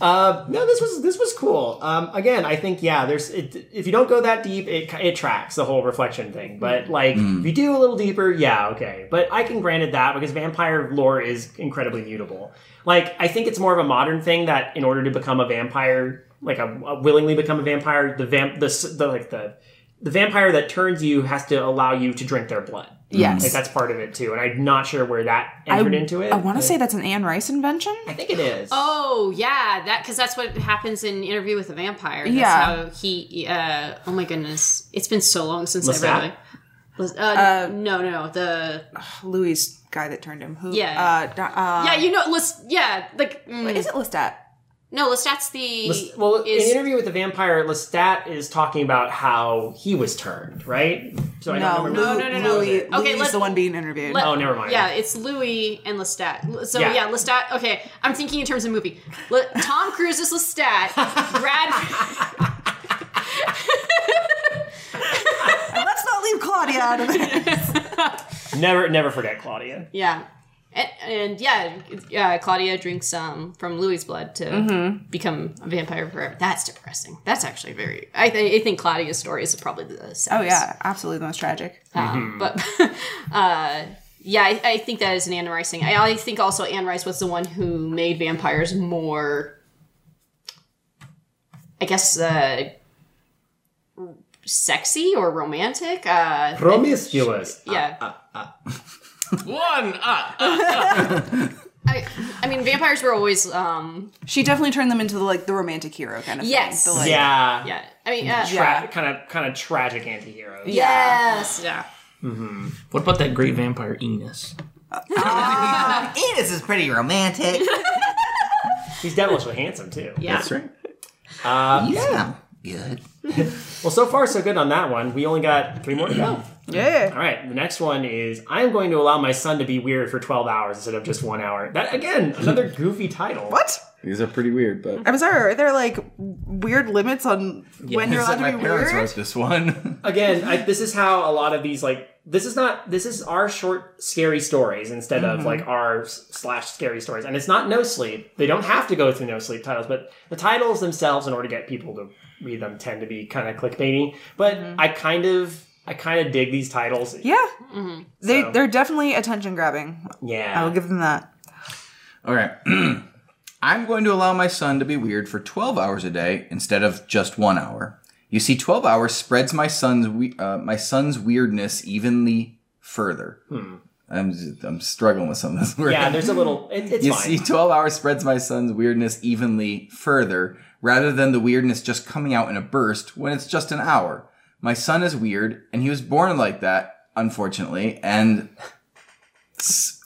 S4: No, this was this was cool. Um, again, I think yeah, there's it, if you don't go that deep, it it tracks the whole reflection thing. But like if you do a little deeper, yeah, okay. But I can grant it that because vampire lore is incredibly mutable. Like I think it's more of a modern thing that in order to become a vampire, like a, a willingly become a vampire, the vamp the, s- the like the the vampire that turns you has to allow you to drink their blood. Like
S2: yes.
S4: that's part of it too, and I'm not sure where that entered into it.
S2: I want to say that's an Anne Rice invention.
S4: I think it is.
S1: Oh yeah, that because that's what happens in Interview with a Vampire. That's
S2: Yeah.
S1: how he. Uh, oh my goodness, it's been so long since I
S4: Lestat?
S1: read. it. Was- Uh, no, no, no. The
S2: Louis guy that turned him. Who?
S1: Yeah.
S2: Uh, do- uh,
S1: yeah, you know, let's yeah, like mm,
S2: Is it Lestat?
S1: no, Lestat's the
S4: Lest- well, in
S1: is-
S4: interview with the vampire, Lestat is talking about how he was turned, right? So I don't remember.
S1: no, no, no, no.
S2: Oh, Louis,
S1: Okay,
S2: Louis is
S1: let-
S2: the one being interviewed.
S1: Let-
S4: Oh, never mind.
S1: Yeah, it's Louis and Lestat. So
S4: Yeah.
S1: yeah, Lestat. Okay, I'm thinking in terms of movie. Le- Tom Cruise is Lestat. Brad.
S2: And let's not leave Claudia out of it.
S4: Never, never forget Claudia.
S1: Yeah. And, and yeah, yeah, Claudia drinks um, from Louis' blood to
S2: Mm-hmm.
S1: become a vampire forever. That's depressing. That's actually very. I, th- I think Claudia's story is probably the saddest.
S2: Oh yeah, absolutely the most tragic.
S1: Um, But uh, yeah, I, I think that is an Anne Rice thing. I, I think also Anne Rice was the one who made vampires more, I guess, uh, sexy or romantic. Uh,
S4: Promiscuous.
S1: yeah.
S5: One, ah, ah.
S1: I, I mean, vampires were always. Um,
S2: She definitely turned them into the, like the romantic hero kind of
S1: Yes.
S2: thing. The, like,
S4: Yeah.
S1: yeah. I mean, uh,
S4: Tra- Kind of, kind of tragic anti-hero.
S1: Yes. Yeah.
S5: What about that great vampire Enos?
S6: Enos Uh, is pretty romantic.
S4: He's devilishly handsome too.
S1: Yeah.
S3: right. Uh,
S6: yeah. Good.
S4: Well, so far so good on that one. We only got three more to go.
S2: Yeah.
S4: All right, the next one is I'm going to allow my son to be weird for 12 hours instead of just one hour. That again, another goofy title.
S2: What?
S3: These are pretty weird, but
S2: I'm sorry. Are there like weird limits on when you're allowed
S3: my
S2: to be
S3: parents
S2: weird?
S3: wrote this one.
S4: Again, I, this is how a lot of these like this is not this is our short scary stories instead of like our s- slash scary stories, and it's not no sleep. They don't have to go through no sleep titles, but the titles themselves, in order to get people to read them, tend to be kind of clickbaity. But I kind of I kind of dig these titles.
S2: Yeah.
S1: Mm-hmm.
S2: They
S4: So-
S2: they're definitely attention grabbing.
S4: Yeah.
S2: I'll give them that.
S3: All right. I'm going to allow my son to be weird for 12 hours a day instead of just one hour. You see, 12 hours spreads my son's we- uh, my son's weirdness evenly further. I'm I'm struggling with some of this. word.
S4: Hmm. yeah, there's a little. It, it's
S3: You
S4: fine.
S3: see, 12 hours spreads my son's weirdness evenly further, rather than the weirdness just coming out in a burst when it's just an hour. My son is weird, and he was born like that, unfortunately, and.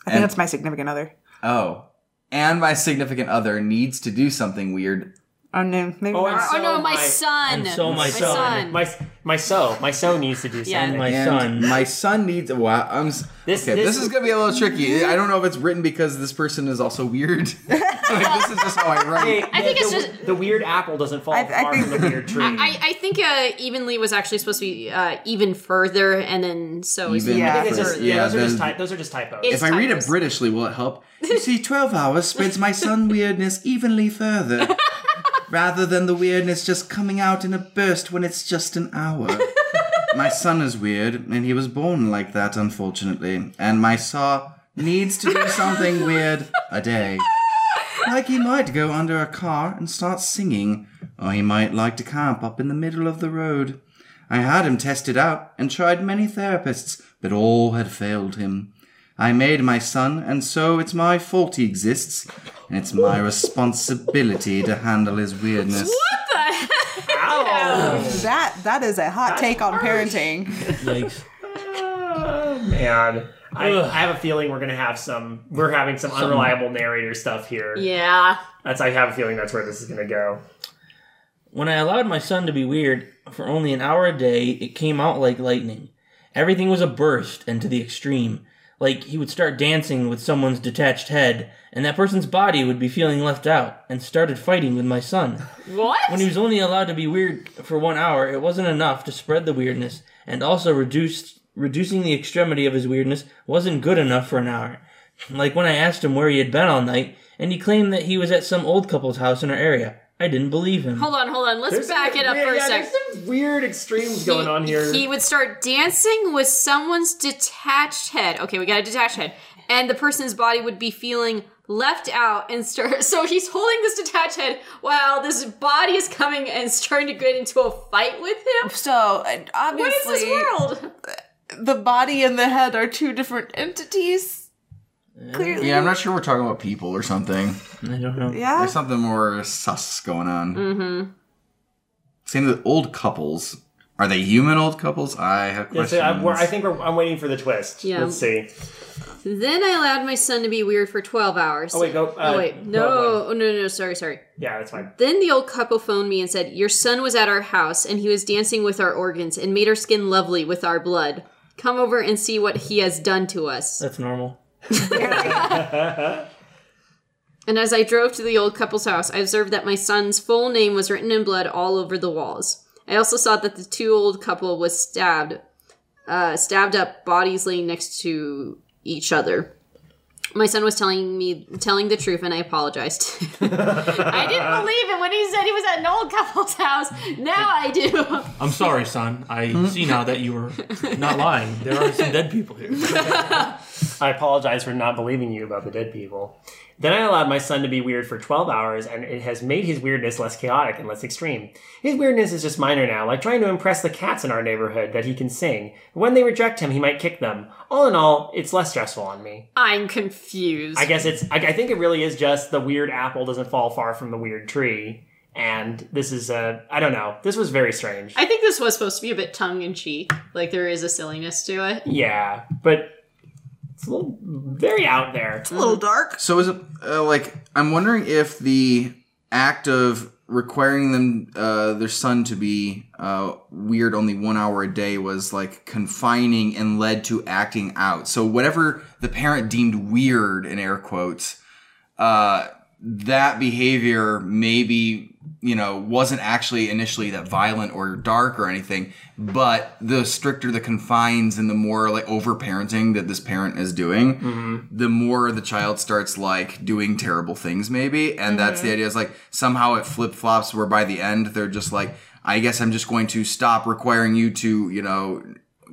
S2: I think that's my significant other.
S3: Oh. And my significant other needs to do something weird.
S2: Oh no, maybe
S4: Oh,
S2: not.
S4: I'm
S1: Oh no,
S4: So
S1: my,
S4: my-
S1: son.
S5: and so my son.
S1: son.
S4: My my so my so needs to do something.
S1: Yeah.
S5: And my
S3: And
S5: son.
S3: My son needs. Wow. I'm. s-
S4: This-
S3: okay, this,
S4: this-
S3: is gonna be a little tricky. I don't know if it's written because this person is also weird. like, this is just how I write.
S4: I
S1: think it's
S4: the,
S1: just-
S4: the weird apple doesn't fall
S2: I- I
S4: far
S2: think-
S4: from the weird tree.
S1: I, I think uh, evenly was actually supposed to be uh, even further, and then so is
S3: Even
S2: Yeah.
S4: I think it's
S3: for-
S4: just-
S1: yeah,
S4: those, are just
S3: the-
S4: ty- those are just typos.
S1: It's-
S3: If I read it
S1: typos.
S3: Britishly, will it help? You see, 12 hours spreads my sun weirdness evenly further, rather than the weirdness just coming out in a burst when it's just an hour. My son is weird, and he was born like that, unfortunately, and my saw needs to do something weird a day. Like he might go under a car and start singing, or he might like to camp up in the middle of the road. I had him tested out and tried many therapists, but all had failed him. I made my son, and so it's my fault he exists, and it's my responsibility to handle his weirdness.
S4: Ow!
S2: that that is a hot take on parenting.
S5: Yikes.
S4: Man, I, I
S5: Ugh.
S4: have a feeling we're gonna have some. We're having some unreliable narrator stuff here.
S1: yeah.
S4: That's. I have a feeling that's where this is gonna go.
S5: When I allowed my son to be weird for only an hour a day, it came out like lightning. Everything was a burst and to the extreme. Like he would start dancing with someone's detached head, and that person's body would be feeling left out, and started fighting with my son.
S1: What?
S5: When he was only allowed to be weird for one hour, it wasn't enough to spread the weirdness, and also reduced reducing the extremity of his weirdness wasn't good enough for an hour. Like when I asked him where he had been all night, and he claimed that he was at some old couple's house in our area. I didn't believe him.
S1: Hold on, hold on. Let's
S4: There's
S1: back
S4: some
S1: it up
S4: weird-
S1: for a
S4: yeah,
S1: sec.
S4: There's some weird extremes going on here.
S1: He would start dancing with someone's detached head. Okay, we got a detached head. And the person's body would be feeling left out and start. So he's holding this detached head while this body is coming and starting to get into a fight with him.
S2: So uh, obviously,
S1: What is this world?
S2: the body and the head are two different entities. Clearly,
S3: Yeah, I'm not sure we're talking about people or something.
S5: I don't know.
S2: yeah.
S3: There's something more sus going on. Mm-hmm. Same with old couples. Are they human old couples? I have
S4: Yeah,
S3: questions.
S4: so I, we're, I think we're, I'm waiting for the twist.
S1: Yeah.
S4: Let's see.
S1: Then I allowed my son to be weird for 12 hours.
S4: Oh wait, go. Uh,
S1: Oh, wait.
S4: go
S1: No.
S4: one.
S1: Oh, no, no, no. Sorry, sorry.
S4: Yeah, that's fine.
S1: Then the old couple phoned me and said, Your son was at our house and he was dancing with our organs and made our skin lovely with our blood. Come over and see what he has done to us.
S5: That's normal.
S1: And as I drove to the old couple's house, I observed that my son's full name was written in blood all over the walls. I also saw that the two old couple was stabbed, uh, stabbed up, bodies laying next to each other. My son was telling me telling the truth, and I apologized. I didn't believe him when he said he was at an old couple's house. Now I do.
S5: I'm sorry, son.
S2: Hmm?
S5: I see now that you were not lying. There are some dead people here.
S4: I apologize for not believing you about the dead people. Then I allowed my son to be weird for 12 hours, and it has made his weirdness less chaotic and less extreme. His weirdness is just minor now, like trying to impress the cats in our neighborhood that he can sing. When they reject him, he might kick them. All in all, it's less stressful on me.
S1: I'm confused.
S4: I guess it's, I, I think it really is just the weird apple doesn't fall far from the weird tree. and this is a I don't know. This was very strange.
S1: I think this was supposed to be a bit tongue in cheek. Like there is a silliness to it.
S4: yeah, but it's a little very out there.
S2: A little dark.
S3: So is it uh, like I'm wondering if the act of requiring them uh, their son to be uh, weird only one hour a day was like confining and led to acting out. So whatever the parent deemed weird in air quotes, uh, that behavior maybe you know wasn't actually initially that violent or dark or anything but the stricter the confines and the more like over parenting that this parent is doing the more the child starts like doing terrible things maybe and that's the idea is like somehow it flip-flops where by the end they're just like i guess i'm just going to stop requiring you to you know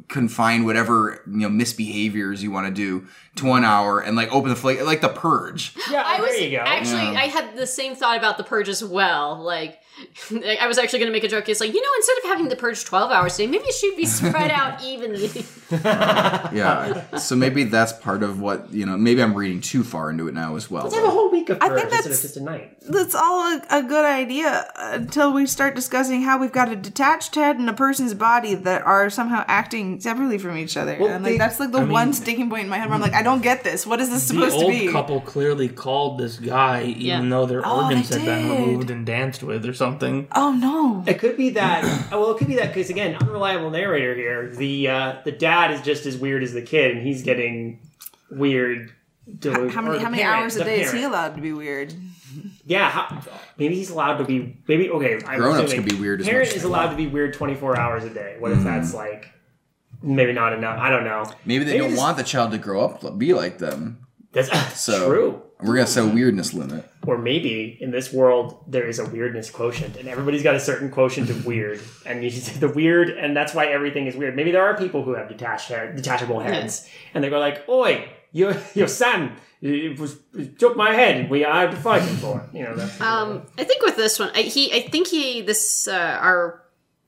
S3: confine whatever you know misbehaviors you want to do to one hour and like open the flake like the purge
S4: Yeah,
S1: I was
S4: there you go.
S1: actually
S3: Yeah.
S1: I had the same thought about the purge as well. Like I was actually going to make a joke. It's like you know, instead of having the purge twelve hours a day, maybe it should be spread out evenly.
S3: yeah so maybe that's part of what you know maybe i'm reading too far into it now as well
S4: Let's have a whole week of
S2: I think
S4: purge instead of
S2: that's-
S4: just a night.
S2: That's all a, a good idea until we start discussing how we've got a detached head and a person's body that are somehow acting separately from each other. and like
S4: they-
S2: that's like the one sticking point in my head where I'm like, I don't get this. What is this
S5: The
S2: supposed to
S5: old
S2: be?
S5: couple clearly called this guy, even though their
S2: Oh,
S5: organs
S2: they
S5: had been
S2: did.
S5: removed and danced with or something.
S2: Oh no.
S4: It could be that. oh, well, it could be that because again, unreliable narrator here. The uh, the dad is just as weird as the kid, and he's getting weird. delu-
S2: How
S4: or
S2: many
S4: the
S2: how many
S4: parent-
S2: hours
S4: the
S2: a day is he
S4: parent.
S2: allowed to be weird?
S4: Yeah, how, maybe he's allowed to be. Maybe okay. I'm
S3: Grown-ups
S4: assuming
S3: can be weird as
S4: Parent
S3: much as
S4: is
S3: they Mm-hmm.
S4: allowed to be weird 24 hours a day. What if that's like maybe not enough? I don't know.
S3: maybe they don't
S4: this-
S3: want the child to grow up be like them
S4: That's
S3: So-
S4: true.
S3: we're gonna set a weirdness limit
S4: Or maybe in this world there is a weirdness quotient, and everybody's got a certain quotient of weird, and you just, the weird, and that's why everything is weird. Maybe there are people who have detached hair, detachable heads, and they go like, "Oi, your your son it was it took my head, and we I have to fight him for it." You know. That's,
S1: Um, I think with this one, I, he, I think he, this, uh, our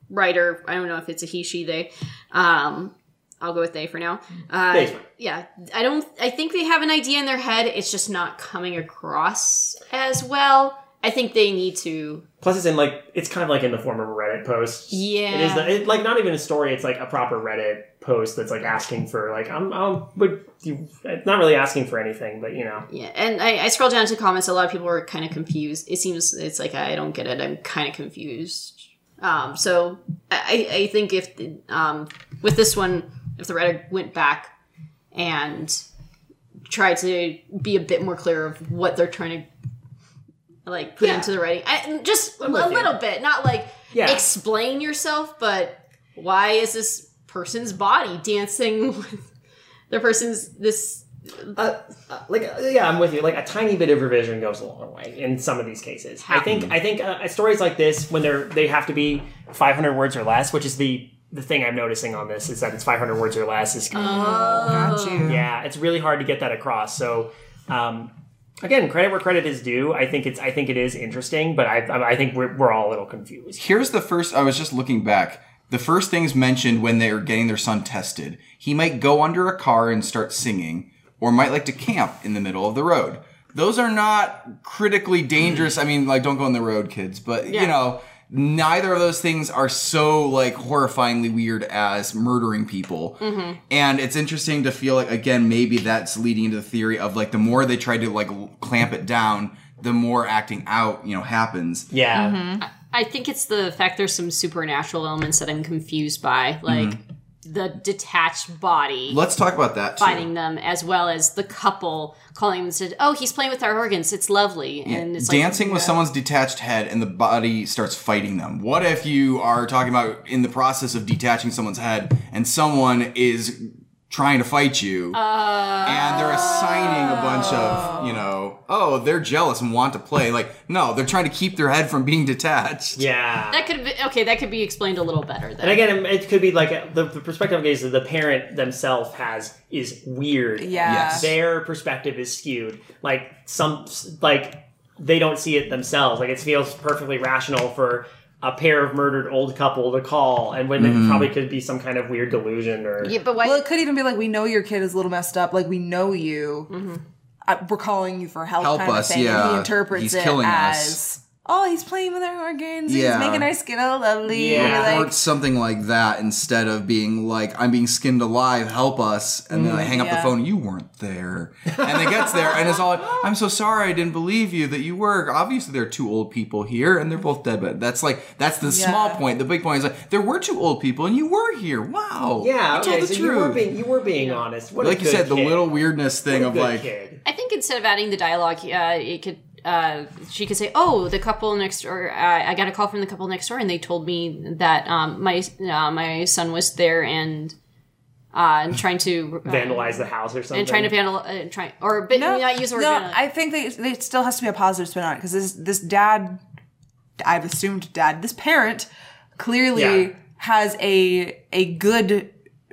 S1: writer, I don't know if it's a he, she, they, um, I'll go with they for now. Uh,
S4: They's fine.
S1: yeah, I don't, I think they have an idea in their head. It's just not coming across as well. I think they need to,
S4: Plus, it's in like it's kind of like in the form of a Reddit post.
S1: Yeah.
S4: it is the, it, like not even a story. It's like a proper Reddit post that's like asking for like I'm I'm would you it's not really asking for anything, but you know
S1: yeah. And I, I scrolled down to comments. A lot of people were kind of confused. It seems it's like, I don't get it. I'm kind of confused. Um, so I, I think if, the, um, with this one, if the writer went back and try to be a bit more clear of what they're trying to like put
S4: Yeah.
S1: into the writing. I, and just
S4: I'm
S1: a
S4: with you.
S1: little bit, not like
S4: Yeah.
S1: explain yourself, but why is this person's body dancing with the person's this?
S4: uh, uh, like uh, yeah, I'm with you. Like a tiny bit of revision goes a long way in some of these cases. I think I think uh, stories like this when they're they have to be 500 words or less, which is the the thing I'm noticing on this is that it's 500 words or less is kind of
S2: Oh, Got you.
S4: yeah it's really hard to get that across so um, again credit where credit is due i think it's i think it is interesting but i i, I think we're, we're all a little confused
S3: here's the first i was just looking back the first things mentioned when they are getting their son tested he might go under a car and start singing or might like to camp in the middle of the road those are not critically dangerous i mean like don't go on the road kids but you know neither of those things are so like horrifyingly weird as murdering people and it's interesting to feel like again maybe that's leading into the theory of like the more they try to like l- clamp it down the more acting out you know happens
S4: yeah
S2: Mm-hmm.
S1: I think it's the fact there's some supernatural elements that I'm confused by, like the detached body.
S3: let's talk about that too.
S1: finding them as well as the couple calling them and said, "Oh, he's playing with our organs. It's lovely." And it's like,
S3: dancing with someone's detached head and the body starts fighting them. What if you are talking about in the process of detaching someone's head and someone is trying to fight you and they're assigning a bunch of, you know, oh, they're jealous and want to play. Like, no, they're trying to keep their head from being detached.
S4: yeah
S1: That could be okay. That could be explained a little better. Then.
S4: and again it could be like a, the, the perspective is that the parent themselves has is weird
S2: Yeah.
S3: Yes.
S4: their perspective is skewed like some like they don't see it themselves like it feels perfectly rational for a pair of murdered old couple to call and when
S3: Mm-hmm.
S4: it probably could be some kind of weird delusion or
S1: yeah, but why?
S2: Well, it could even be like we know your kid is a little messed up. Like we know you. Uh, we're calling you for help.
S3: Help
S2: kind of
S3: us,
S2: thing, and
S3: yeah.
S2: he interprets
S3: He's
S2: it
S3: killing us.
S2: as oh, he's playing with our organs.
S3: Yeah.
S2: He's making our skin all lovely.
S4: Yeah.
S2: Like,
S3: or something like that instead of being like i'm being skinned alive help us and then they hang up the
S2: Mm, yeah.
S3: phone you weren't there and it gets there and it's all i'm so sorry i didn't believe you that you were obviously there are two old people here and they're both dead but that's like that's the small
S2: Yeah.
S3: point the big point is like there were two old people and you were here wow
S4: Yeah,
S3: you told
S4: okay,
S3: the
S4: so
S3: truth
S4: you were being you were being honest. What a
S3: like you
S4: good
S3: said the
S4: kid.
S3: little weirdness thing
S4: What a
S3: of
S4: good
S3: like
S4: kid.
S1: I think instead of adding the dialogue, uh, it could uh, she could say, "Oh, the couple next door. I I got a call from the couple next door, and they told me that um, my uh, my son was there and uh, and trying to uh,
S4: vandalize the house or something.
S1: and trying to vandal uh, trying or but
S2: no,
S1: not use the word
S2: no,
S1: vandalize.
S2: I think they, they it still has to be a positive spin on it because this this dad, I've assumed dad, this parent clearly
S4: Yeah.
S2: has a a good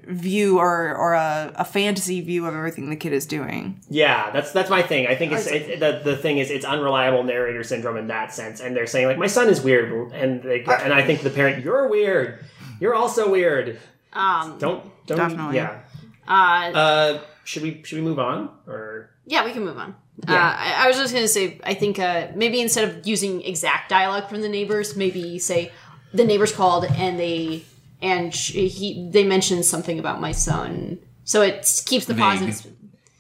S2: view or or a, a fantasy view of everything the kid is doing.
S4: Yeah, that's that's my thing. I think it's it, the the thing is it's unreliable narrator syndrome in that sense, and they're saying like my son is weird, and they, and I think the parent you're weird, you're also weird.
S1: um,
S4: Don't don't
S2: Definitely.
S4: yeah.
S1: uh,
S4: Uh, should we should we move on or
S1: Yeah, we can move on. Uh,
S4: Yeah.
S1: I, I was just going to say, I think uh, maybe instead of using exact dialogue from the neighbors, maybe say the neighbors called and they and sh- he they mentioned something about my son, so it keeps the
S3: Vague.
S1: positives.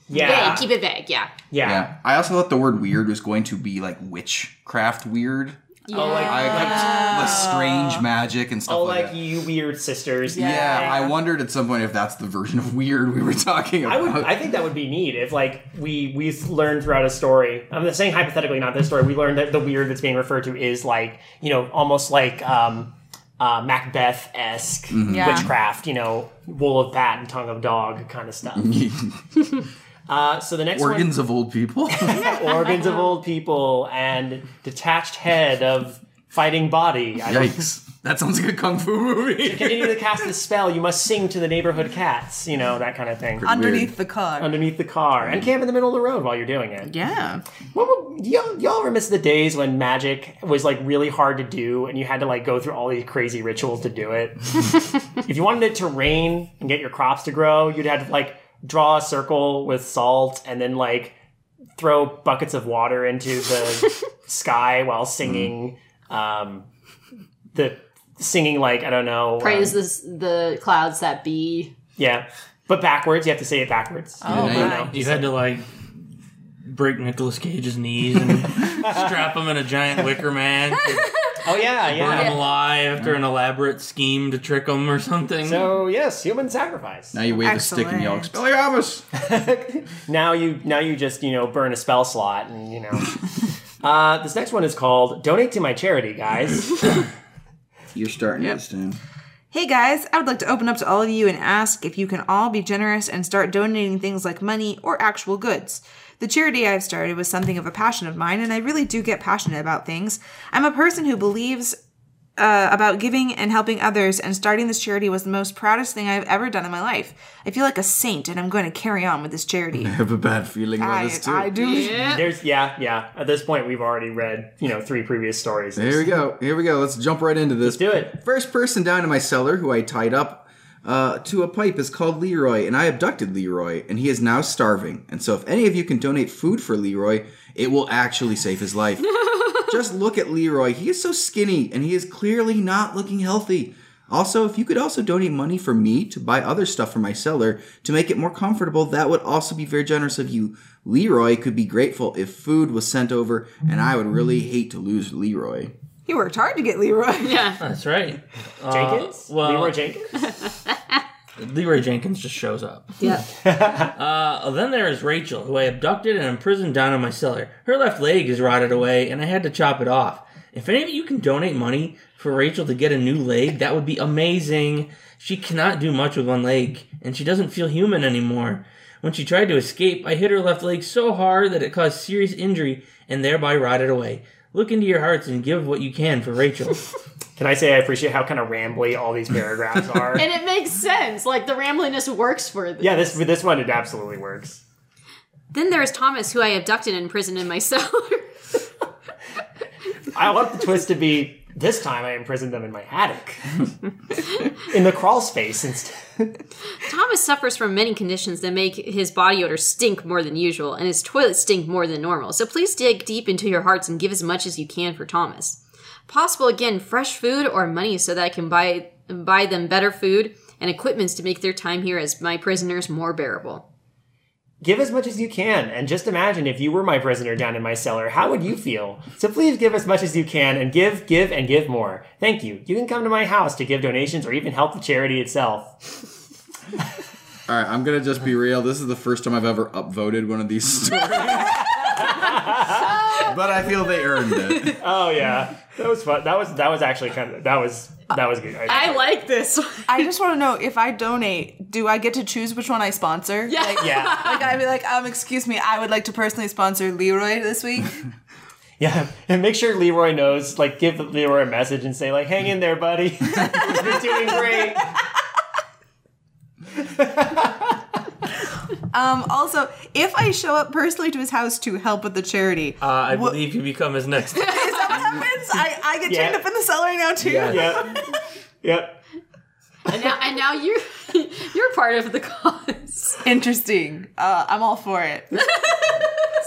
S4: yeah
S1: Vague, keep it vague. Yeah.
S4: yeah.
S3: yeah i also thought the word weird was going to be like witchcraft weird
S1: Oh,
S3: i like strange magic and stuff
S4: Oh,
S3: like
S4: like
S3: that.
S4: you weird sisters.
S3: Yeah, I wondered at some point if that's the version of weird we were talking about.
S4: I would. I think that would be neat if, like, we we learned throughout a story. I'm saying hypothetically, not this story. We learned that the weird that's being referred to is like, you know, almost like um, uh, Macbeth esque
S3: Mm-hmm.
S2: Yeah.
S4: witchcraft. You know, wool of bat and tongue of dog kind of stuff. uh, so the next
S3: Mm-hmm. Organs of old people.
S4: one, organs of old people and detached head of fighting body. I
S3: Yikes. That sounds like a kung fu movie.
S4: Continue to cast this spell. You must sing to the neighborhood cats. You know that kind of thing.
S2: Underneath the car.
S4: Underneath the car and camp in the middle of the road while you're doing it.
S2: yeah.
S4: What were, y'all, y'all ever miss the days when magic was like really hard to do and you had to like go through all these crazy rituals to do it? if you wanted it to rain and get your crops to grow, you'd have to like draw a circle with salt and then like throw buckets of water into the sky while singing um, the singing like I don't know
S1: Praise
S4: um,
S1: this the clouds that be.
S4: yeah but backwards you have to say it backwards
S2: Oh,
S4: You
S2: my.
S4: know?
S5: You had to like break Nicolas Cage's knees and strap him in a giant wicker man, to
S4: oh yeah
S5: burn him
S4: yeah
S5: alive after an elaborate scheme to trick him or something.
S4: so yes human sacrifice
S3: now you wave a stick and yell, Expelliarmus!
S4: now you now you just you know burn a spell slot and you know uh, this next one is called donate to my charity guys
S3: You're starting to understand.
S2: Hey guys, I would like to open up to all of you and ask if you can all be generous and start donating things like money or actual goods. The charity I've started was something of a passion of mine, and I really do get passionate about things. I'm a person who believes uh, about giving and helping others, and starting this charity was the most proudest thing I've ever done in my life. I feel like a saint, and I'm going to carry on with this charity.
S3: I have a bad feeling about
S2: I,
S3: this too.
S2: I do.
S4: there's yeah yeah at this point we've already read you know three previous stories
S3: Here we go. Here we go. Let's jump right into this.
S4: do it.
S3: First person down in my cellar who I tied up uh, to a pipe is called Leroy, and I abducted Leroy, and he is now starving. And so, if any of you can donate food for Leroy, it will actually save his life. Just look at Leroy. He is so skinny, and he is clearly not looking healthy. Also, if you could also donate money for me to buy other stuff for my cellar to make it more comfortable, that would also be very generous of you. Leroy could be grateful if food was sent over, and I would really hate to lose Leroy.
S2: You worked hard to get Leroy.
S1: Yeah.
S5: That's right. Uh,
S4: Jenkins
S5: well,
S4: Leroy Jenkins
S5: Leroy Jenkins just shows up.
S1: Yeah.
S5: Uh, then there is Rachel, who I abducted and imprisoned down in my cellar. Her left leg is rotted away, and I had to chop it off. If any of you can donate money for Rachel to get a new leg, that would be amazing. She cannot do much with one leg, and she doesn't feel human anymore. When she tried to escape, I hit her left leg so hard that it caused serious injury and thereby rotted away. Look into your hearts and give what you can for Rachel.
S4: can I say I appreciate how kind of rambly all these paragraphs are
S1: and it makes sense. Like the rambliness works for them.
S4: yeah this this one it absolutely works
S1: Then there is Thomas, who I abducted and imprisoned in my cellar.
S4: I want the twist to be This time I imprisoned them in my attic, in the crawl space instead.
S1: Thomas suffers from many conditions that make his body odor stink more than usual and his toilet stink more than normal, so please dig deep into your hearts and give as much as you can for Thomas. Possible again, fresh food or money so that I can buy buy them better food and equipments to make their time here as my prisoners more bearable.
S4: Give as much as you can, and just imagine if you were my prisoner down in my cellar, how would you feel? So please give as much as you can, and give, give, and give more. Thank you. You can come to my house to give donations or even help the charity itself.
S3: All right, I'm gonna just be real. This is the first time I've ever upvoted one of these stories, but I feel they earned it.
S4: Oh yeah, that was fun. That was that was actually kind of that was that was good.
S1: I like this.
S2: I just want to know if I donate, do I get to choose which one I sponsor?
S1: Yeah.
S2: Like,
S4: yeah,
S2: like I'd be like, um, excuse me, I would like to personally sponsor Leroy this week.
S4: yeah, and make sure Leroy knows. Like, give Leroy a message and say, like, "Hang in there, buddy. You're doing great."
S2: Um, also, if I show up personally to his house to help with the charity,
S5: Uh, I
S2: What-
S5: believe you become his next.
S2: is that what happens? I, I get
S4: Yeah.
S2: chained up in the cellar now too.
S5: Yeah.
S4: Yep, yep.
S1: And now, and now you're you're part of the cause.
S2: Interesting. Uh, I'm all for it.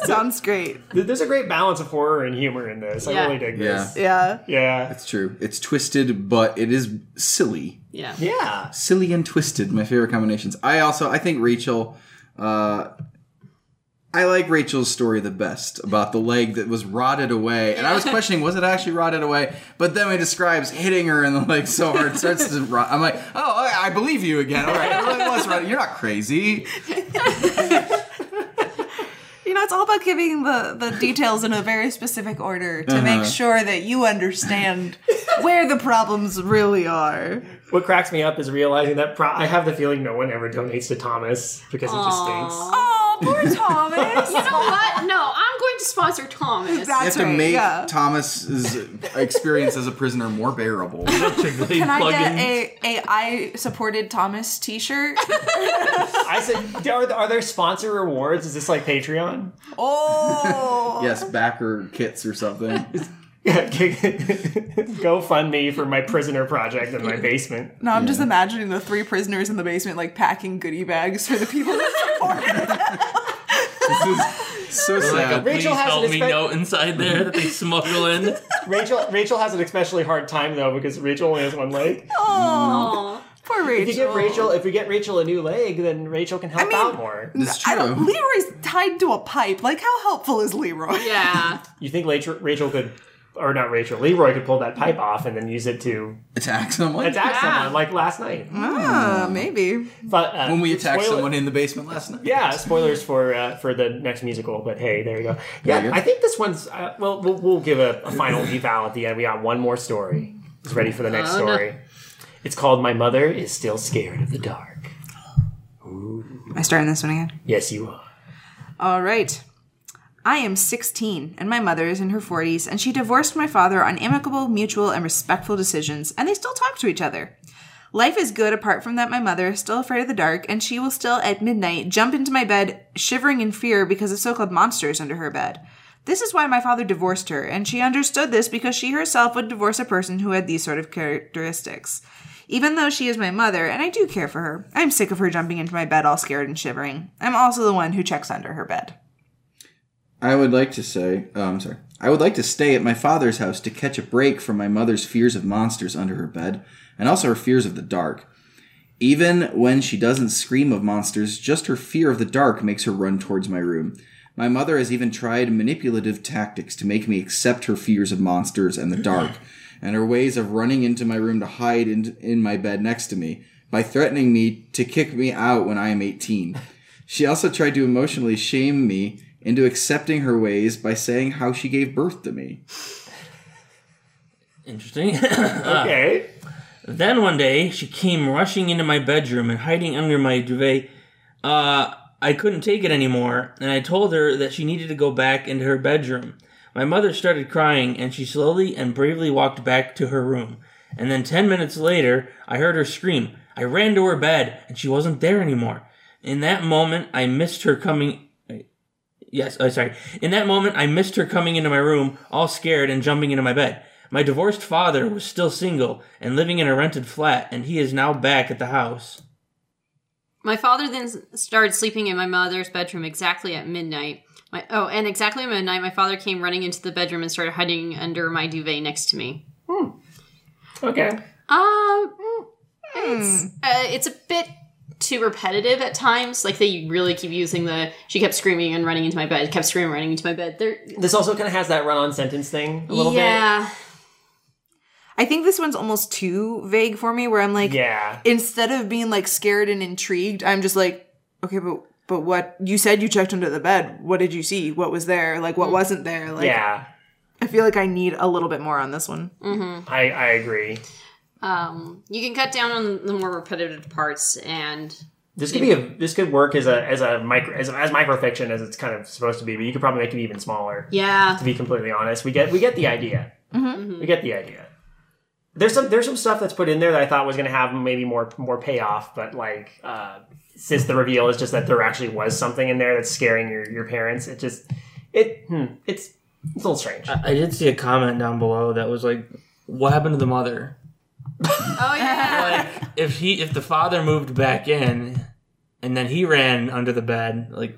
S2: Sounds great.
S4: Th- There's a great balance of horror and humor in this. I
S1: Yeah.
S4: really dig this.
S2: Yeah.
S4: Yeah,
S3: It's true. It's twisted, but it is silly,
S1: Yeah.
S4: yeah.
S3: silly and twisted. My favorite combinations. I also I think Rachel. Uh, I like Rachel's story the best about the leg that was rotted away, and I was questioning was it actually rotted away. But then it describes hitting her in the leg so hard it starts to rot. I'm like, oh, I, I believe you again. All right, it really was rotted. You're not crazy.
S2: You know, it's all about giving the, the details in a very specific order to make sure that you understand where the problems really are.
S4: What cracks me up is realizing that pro- I have the feeling no one ever donates to Thomas because he just stinks.
S2: Oh, poor Thomas.
S1: You know what? No, I'm going to sponsor Thomas.
S2: That's
S3: You have to
S2: right,
S3: make
S2: yeah.
S3: Thomas's experience as a prisoner more bearable.
S5: Can
S2: Can I get a, a I supported Thomas t shirt?
S4: I said, are, are there sponsor rewards? Is this like Patreon?
S2: Oh.
S3: yes, backer kits or something.
S4: Go fund me for my prisoner project in my basement.
S2: No, I'm just imagining the three prisoners in the basement like packing goodie bags for the people that supported them.
S3: This is so
S5: like a
S3: sad.
S5: Uh, please
S4: Rachel has
S5: help
S4: an
S5: me
S4: expect-
S5: note inside there that they smuggle in?
S4: Rachel Rachel has an especially hard time though because Rachel only has one leg.
S2: Oh,
S1: Aw.
S2: poor
S4: If you get
S2: Rachel.
S4: Rachel, if we get Rachel a new leg, then Rachel can help
S2: mean-
S4: out more.
S3: It's
S2: I
S3: true.
S2: don't, Leroy's tied to a pipe. Like, how helpful is Leroy?
S1: Yeah.
S4: You think Rachel, Rachel could, or not Rachel, Leroy could pull that pipe off and then use it to
S3: attack someone.
S4: attack
S1: Yeah.
S4: someone like last night.
S2: Ah, maybe.
S4: But uh,
S3: when we attacked
S4: spoiler-
S3: someone in the basement last night.
S4: Yeah, spoilers for uh, for the next musical, but hey, there you go. Yeah,
S3: There you go.
S4: I think this one's. Uh, well, we'll we'll give a, a final eval at the end. We got one more story. It's ready for the next
S1: Oh, no.
S4: story. It's called "My Mother Is Still Scared of the Dark."
S2: Am I starting this one again?
S4: Yes, you are.
S2: All right. I am 16, and my mother is in her 40s, and she divorced my father on amicable, mutual, and respectful decisions, and they still talk to each other. Life is good apart from that my mother is still afraid of the dark, and she will still, at midnight, jump into my bed, shivering in fear because of so called monsters under her bed. This is why my father divorced her, and she understood this because she herself would divorce a person who had these sort of characteristics. Even though she is my mother, and I do care for her, I'm sick of her jumping into my bed all scared and shivering. I'm also the one who checks under her bed.
S3: I would like to say, oh, I'm sorry. I would like to stay at my father's house to catch a break from my mother's fears of monsters under her bed and also her fears of the dark. Even when she doesn't scream of monsters, just her fear of the dark makes her run towards my room. My mother has even tried manipulative tactics to make me accept her fears of monsters and the dark, and her ways of running into my room to hide in, in my bed next to me by threatening me to kick me out when I am 18. She also tried to emotionally shame me into accepting her ways by saying how she gave birth to me.
S5: Interesting.
S4: Okay.
S5: Then one day, she came rushing into my bedroom and hiding under my duvet. Uh, I couldn't take it anymore, and I told her that she needed to go back into her bedroom. My mother started crying, and she slowly and bravely walked back to her room. And then 10 minutes later, I heard her scream. I ran to her bed, and she wasn't there anymore. In that moment, I missed her coming. Yes, oh, sorry. In that moment, I missed her coming into my room, all scared and jumping into my bed. My divorced father was still single and living in a rented flat, and he is now back at the house.
S1: My father then s- started sleeping in my mother's bedroom exactly at midnight. My oh, and exactly at midnight, my father came running into the bedroom and started hiding under my duvet next to me.
S4: Okay.
S1: Um,
S4: hmm.
S1: it's uh, it's a bit too repetitive at times. Like they really keep using the she kept screaming and running into my bed, kept screaming, running into my bed. There,
S4: This also kind of has that run-on sentence thing a little
S1: yeah,
S7: I think this one's almost too vague for me where I'm like
S4: bit. Yeah.
S7: instead of being like scared and intrigued, I'm just like, okay, but but what you said you checked under the bed. What did you see? What was there? Like what wasn't there? Like
S4: Yeah.
S7: I feel like I need a little bit more on this one.
S4: I, I agree.
S1: um, you can cut down on the more repetitive parts and
S4: This could be a this could work as a as a micro as, as microfiction as it's kind of supposed to be, but you could probably make it even smaller.
S1: yeah,
S4: To be completely honest, we get we get the idea. We get the idea. There's some there's some stuff that's put in there that I thought was going to have maybe more more payoff, but like uh, since the reveal is just that there actually was something in there that's scaring your your parents, it just it hmm, it's it's a little strange.
S5: I did see a comment down below that was like, "What happened to the mother?
S1: oh yeah,
S5: Like, if he, if the father moved back in, and then he ran under the bed, like,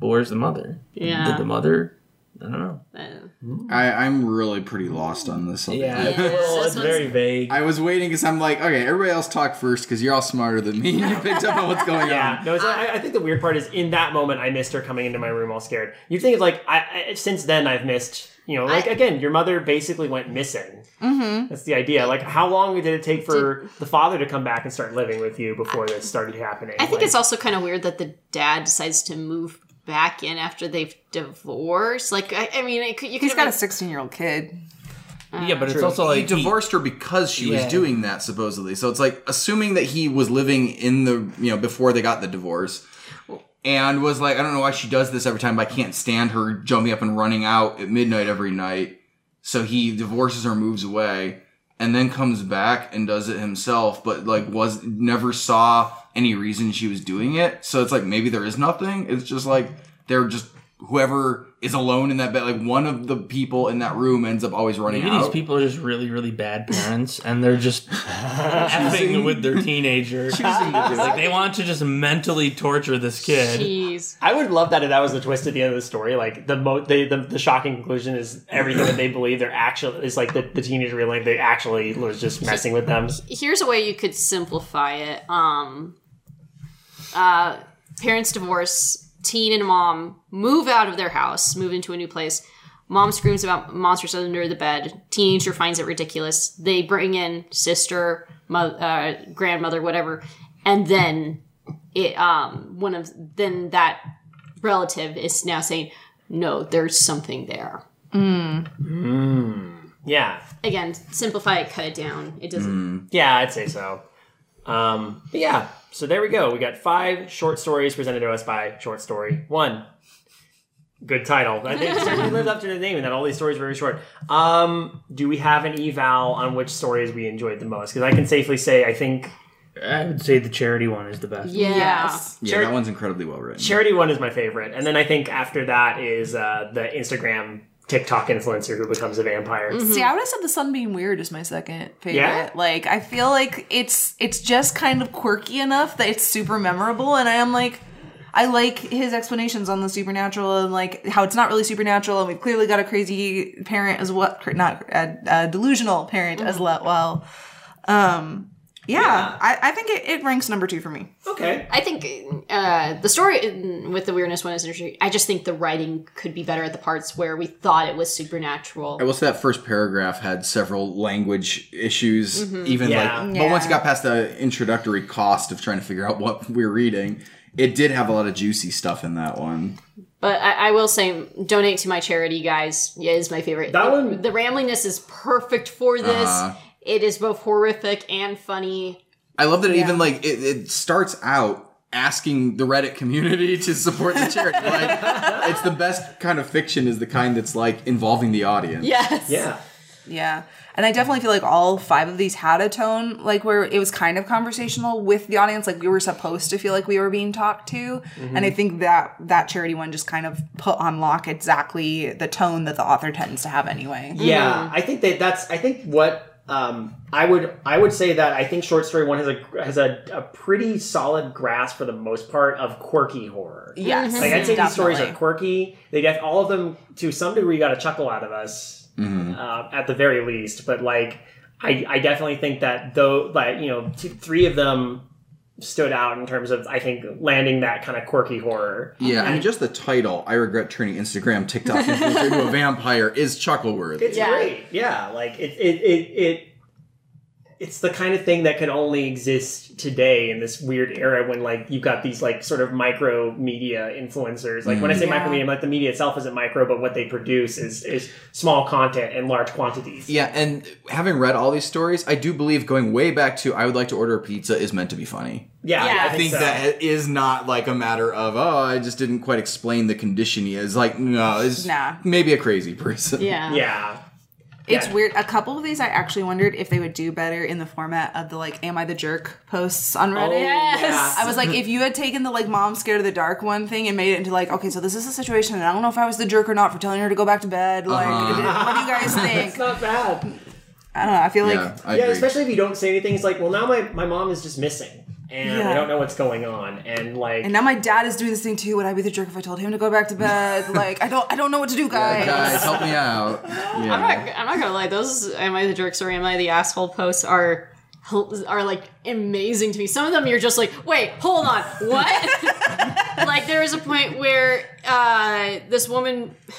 S5: well, where's the mother? Did
S1: yeah.
S5: the mother? I don't know.
S1: Uh,
S3: I, I'm really pretty lost on this. one.
S5: Yeah,
S1: Yeah,
S5: well,
S1: this
S5: it's
S1: one's-
S5: very vague.
S3: I was waiting because I'm like, okay, everybody else talk first because you're all smarter than me. You picked up on what's going
S4: Yeah,
S3: on.
S4: Um, no. It's, I, I think the weird part is in that moment I missed her coming into my room all scared. You think it's like I, I since then I've missed. You know, like again, your mother basically went missing. Mm-hmm. That's the idea. Like, how long did it take for the father to come back and start living with you before this started happening?
S1: I think
S4: Like,
S1: it's also kind of weird that the dad decides to move back in after they've divorced. Like, I, I mean, it could, you could
S2: He's got a 16 year old kid.
S5: yeah, but it's also
S3: He
S5: like he-
S3: divorced her because she was
S5: Yeah.
S3: doing that supposedly. So it's like assuming that he was living in the you know before they got the divorce, and was like, I don't know why she does this every time, but I can't stand her jumping up and running out at midnight every night. So he divorces her, moves away, and then comes back and does it himself. But like was never saw any reason she was doing it. So it's like maybe there is nothing. It's just like they're just whoever is alone in that bed. Like one of the people in that room ends up always running
S5: Maybe
S3: out.
S5: these people are just really, really bad parents, and they're just effing with their teenager. like they want to just mentally torture this kid.
S1: Jeez.
S4: I would love that if that was the twist at the end of the story. Like the mo- the, the the shocking conclusion is everything that they believe they're actually is like the, the teenager realizing they actually was just messing with them.
S1: Here's a way you could simplify it. Um, uh, parents divorce, teen and mom move out of their house, move into a new place. Mom screams about monsters under the bed. Teenager finds it ridiculous. They bring in sister, mother, uh, grandmother, whatever, and then it um one of then that relative is now saying, "No, there's something there."
S4: Yeah,
S1: Again, simplify it, cut it down. It doesn't.
S4: Yeah, I'd say so. Um, but yeah, so there we go. We got five short stories presented to us by Short Story One. Good title. I think it certainly lived up to the name, and that all these stories were very short. Um, do we have an eval on which stories we enjoyed the most? Because I can safely say I think
S5: I would say the charity one is the best.
S1: Yeah.
S2: Yes.
S3: Yeah,
S4: Cherry-
S3: that one's incredibly well written.
S4: charity one is my favorite, and then I think after that is uh, the Instagram TikTok influencer who becomes a vampire.
S2: See, I would have said the Sunbeam Weird is my second favorite.
S4: Yeah?
S2: Like, I feel like it's it's just kind of quirky enough that it's super memorable, and I am like, I like his explanations on the supernatural and like how it's not really supernatural, and we've clearly got a crazy parent as well, cr- not a, a delusional parent as le- well. Um, yeah, I, I think it, it ranks number two for me.
S4: Okay,
S1: I think uh, the story in- with the weirdness one is interesting. I just think the writing could be better at the parts where we thought it was supernatural.
S3: I will say that first paragraph had several language issues, even
S4: Mm-hmm. Yeah.
S3: like. But once it got past the introductory cost of trying to figure out what we're reading, it did have a lot of juicy stuff in that one.
S1: But I, I will say, donate to my charity, guys. Yeah, is my favorite.
S4: That
S1: the,
S4: one- Uh-huh.
S1: the rambliness is perfect for this. It is both horrific and funny.
S3: I love that it even like it, it starts out asking the Reddit community to support the charity. like, it's the best kind of fiction is the kind that's like involving the audience.
S1: Yes.
S4: yeah.
S2: Yeah. And I definitely feel like all five of these had a tone like where it was kind of conversational with the audience like we were supposed to feel like we were being talked to. And I
S4: Mm-hmm.
S2: think that that charity one just kind of put on lock exactly the tone that the author tends to have anyway.
S4: Yeah, I think that that's. I think what um, I would I would say that I think short story one has a has a, a pretty solid grasp for the most part of quirky horror.
S2: Yes.
S4: Like I'd say these stories are
S2: definitely.
S4: quirky. They get all of them to some degree got a chuckle out of us uh, at the very least. But like I, I definitely think that though like you know t- three of them stood out in terms of I think landing that kind of quirky horror.
S3: Yeah, I mean, just the title, I regret turning Instagram, TikTok influencer into a vampire, is chuckleworthy.
S4: It's
S1: Yeah.
S4: great. Yeah, like it, it, it, it, it's the kind of thing that can only exist today in this weird era when like you've got these like sort of micro media influencers. Like when I say micro media, like the media itself isn't micro, but what they produce is is small content in large quantities.
S3: Yeah, and having read all these stories, I do believe going way back to I would like to order a pizza is meant to be funny.
S4: Yeah,
S1: Yeah.
S4: I
S3: I think
S4: so.
S3: that is not like a matter of oh, I just didn't quite explain the condition he is. Like no, it's
S2: Nah.
S3: maybe a crazy person.
S1: Yeah.
S4: Yeah.
S2: It's
S4: Yeah.
S2: weird. A couple of these I actually wondered if they would do better in the format of the like am I the jerk posts on Reddit.
S1: Yes.
S2: I was like, if you had taken the like mom scared of the dark one thing and made it into like, okay, so this is the situation, and I don't know if I was the jerk or not for telling her to go back to bed. Like, what do you guys
S4: It's
S2: think?
S4: not bad.
S2: I don't know. I feel like
S3: yeah, I
S4: yeah,
S3: agree.
S4: especially if you don't say anything. It's like, well, now my, my mom is just missing, and I
S2: Yeah.
S4: don't know what's going on, and like,
S2: And now my dad is doing this thing too. Would I be the jerk if I told him to go back to bed? Like I don't, I don't know what to do, guys.
S3: Guys, help me out. Yeah.
S1: I'm not, I'm not gonna lie. Those "Am I the jerk" or "Am I the asshole" posts are are like amazing to me. Some of them you're just like, wait, hold on, what? like there was a point where uh, this woman.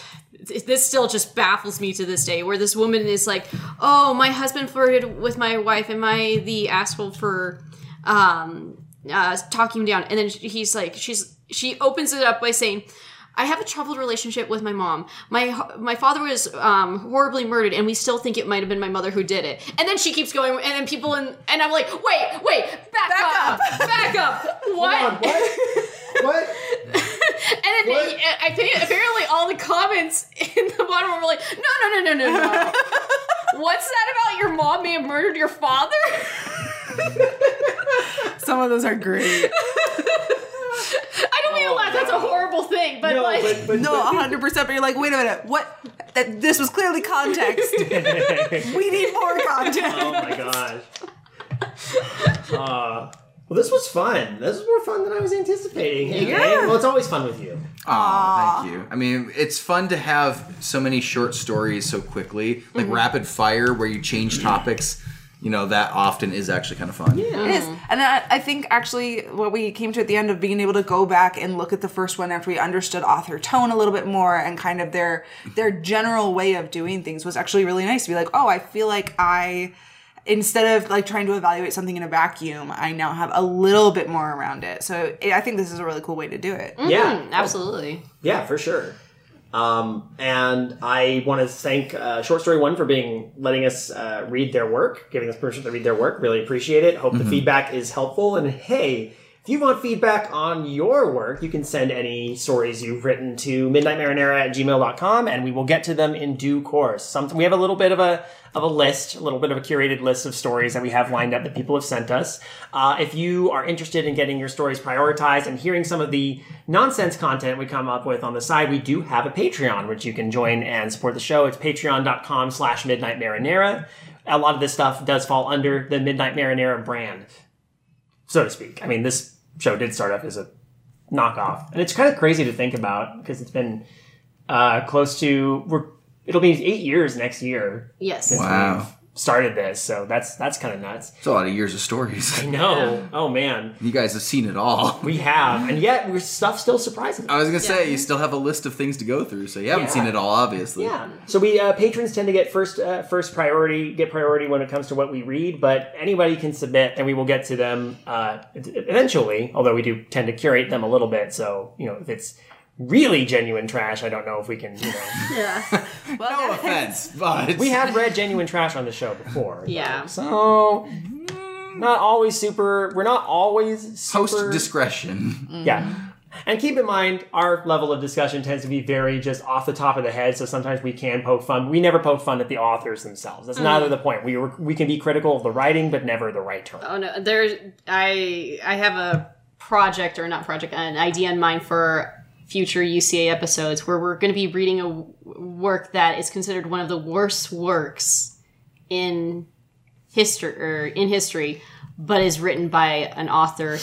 S1: This still just baffles me to this day. Where this woman is like, "Oh, my husband flirted with my wife. Am I the asshole for um, uh, talking him down?" And then he's like, "She's." She opens it up by saying, I have a troubled relationship with my mom. My my father was um, horribly murdered, and we still think it might have been my mother who did it. And then she keeps going, and then people in, and I'm like, wait, wait, back, up, back up, what?
S4: God, what? what?
S1: And then
S4: What?
S1: I think apparently all the comments in the bottom were like, no, no, no, no, no, no. What's that about your mom may have murdered your father?
S2: Some of those are
S1: I
S2: great.
S1: don't mean to laugh. That's a horrible thing, but
S4: No,
S1: like,
S4: but, but,
S2: No,
S4: but-
S2: hundred percent. But you're like, wait a minute, what? That this was clearly context. we need more context.
S4: Oh my gosh. Uh, well, this was fun. This was more fun than I was anticipating. Hey, Dave, Well, it's always fun with you.
S3: Aw, thank you. I mean, it's fun to have so many short stories so quickly, like rapid fire, where you change topics. You know that often is actually kind of fun.
S2: It is. And I, I think actually what we came to at the end of being able to go back and look at the first one after we understood author tone a little bit more and kind of their their general way of doing things was actually really nice to be like, oh, I feel like I instead of like trying to evaluate something in a vacuum, I now have a little bit more around it. So it, I think this is a really cool way to do it.
S4: Yeah.
S1: absolutely.
S4: Yeah, for sure. Um, and I want to thank uh, Short Story One for being letting us uh, read their work, giving us permission to read their work. Really appreciate it. Hope the feedback is helpful. And hey, if you want feedback on your work, you can send any stories you've written to midnightmarinera at gmail.com and we will get to them in due course. Something we have a little bit of a of a list, a little bit of a curated list of stories that we have lined up that people have sent us. Uh, if you are interested in getting your stories prioritized and hearing some of the nonsense content we come up with on the side, we do have a Patreon, which you can join and support the show. It's patreon.com slash midnight marinera. A lot of this stuff does fall under the Midnight Marinera brand, so to speak. I mean, this show did start up as a knockoff, and it's kind of crazy to think about because it's been uh, close to we're, it'll be eight years next year
S1: Yes.
S3: Wow,
S4: started this, so that's that's kind of nuts.
S3: it's a lot of years of stories.
S4: No, oh man,
S3: You guys have seen it all.
S4: we have, and yet we're stuff still surprising.
S3: I was gonna say you still have a list of things to go through, so you haven't
S4: Yeah.
S3: seen it all, obviously.
S4: Yeah. So we uh, patrons tend to get first uh, first priority, get priority when it comes to what we read, but anybody can submit, and we will get to them uh, eventually. Although we do tend to curate them a little bit, so you know if it's really genuine trash, I don't know if we can. You know,
S3: No offense, but
S4: we have read genuine trash on the show before. though.
S1: Yeah.
S4: So. Not always super. We're not always super.
S3: post discretion.
S4: Yeah. And keep in mind, our level of discussion tends to be very just off the top of the head. So sometimes we can poke fun. We never poke fun at the authors themselves. That's neither the point. We were, we can be critical of the writing, but never the right term.
S1: Oh no, there. I I have a project or not project, an idea in mind for future UCA episodes where we're going to be reading a w- work that is considered one of the worst works in history or in history, but is written by an author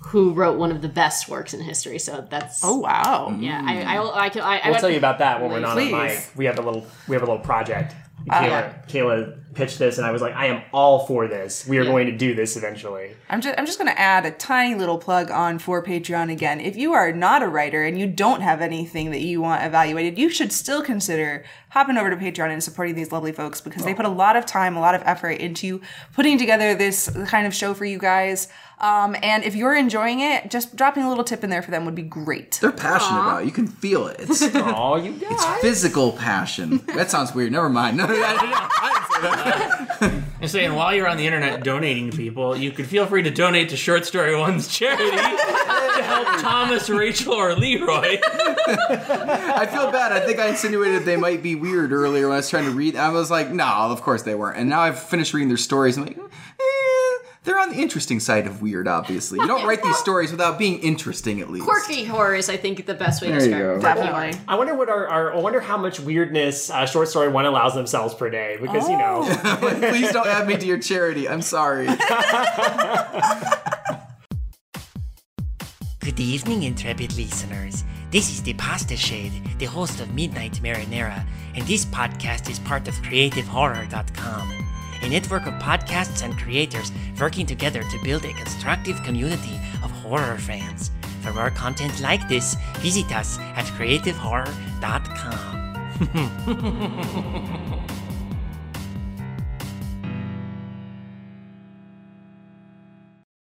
S1: who wrote one of the best works in history. So that's
S2: Oh wow.
S1: yeah. I I, will- I can I, I
S4: We'll tell you about that when we're not on mic.
S2: Please.
S4: We have a little we have a little project. Kayla, Kayla pitched this, and I was like, I am all for this. We are going to do this eventually.
S2: I'm just, I'm just going to add a tiny little plug on for Patreon again. If you are not a writer and you don't have anything that you want evaluated, you should still consider hopping over to Patreon and supporting these lovely folks because they put a lot of time, a lot of effort into putting together this kind of show for you guys. Um, and if you're enjoying it, just dropping a little tip in there for them would be great.
S3: They're passionate about it. You can feel it. It's, it's
S4: Oh, you guys!
S3: physical passion. That sounds weird. Never mind. No, I didn't- I didn't say that.
S5: And saying while you're on the internet donating to people, you can feel free to donate to Short Story One's charity to help Thomas, Rachel, or Leroy.
S3: I feel bad. I think I insinuated they might be weird earlier when I was trying to read. I was like, no, of course they weren't. And now I've finished reading their stories. I'm like, eh, they're on the interesting side of weird, obviously. You don't write these stories without being interesting, at least.
S1: quirky horror is I think the best way to
S3: There you
S1: describe.
S3: go.
S1: it.
S2: Definitely.
S4: I wonder what our, our I wonder how much weirdness uh, short story one allows themselves per day because you know
S3: Please don't add me to your charity. I'm sorry.
S8: Good evening, intrepid listeners. This is the Pasta Shade, the host of Midnight Marinera, and this podcast is part of CreativeHorror.com, a network of podcasts and creators working together to build a constructive community of horror fans. For more content like this, visit us at CreativeHorror.com.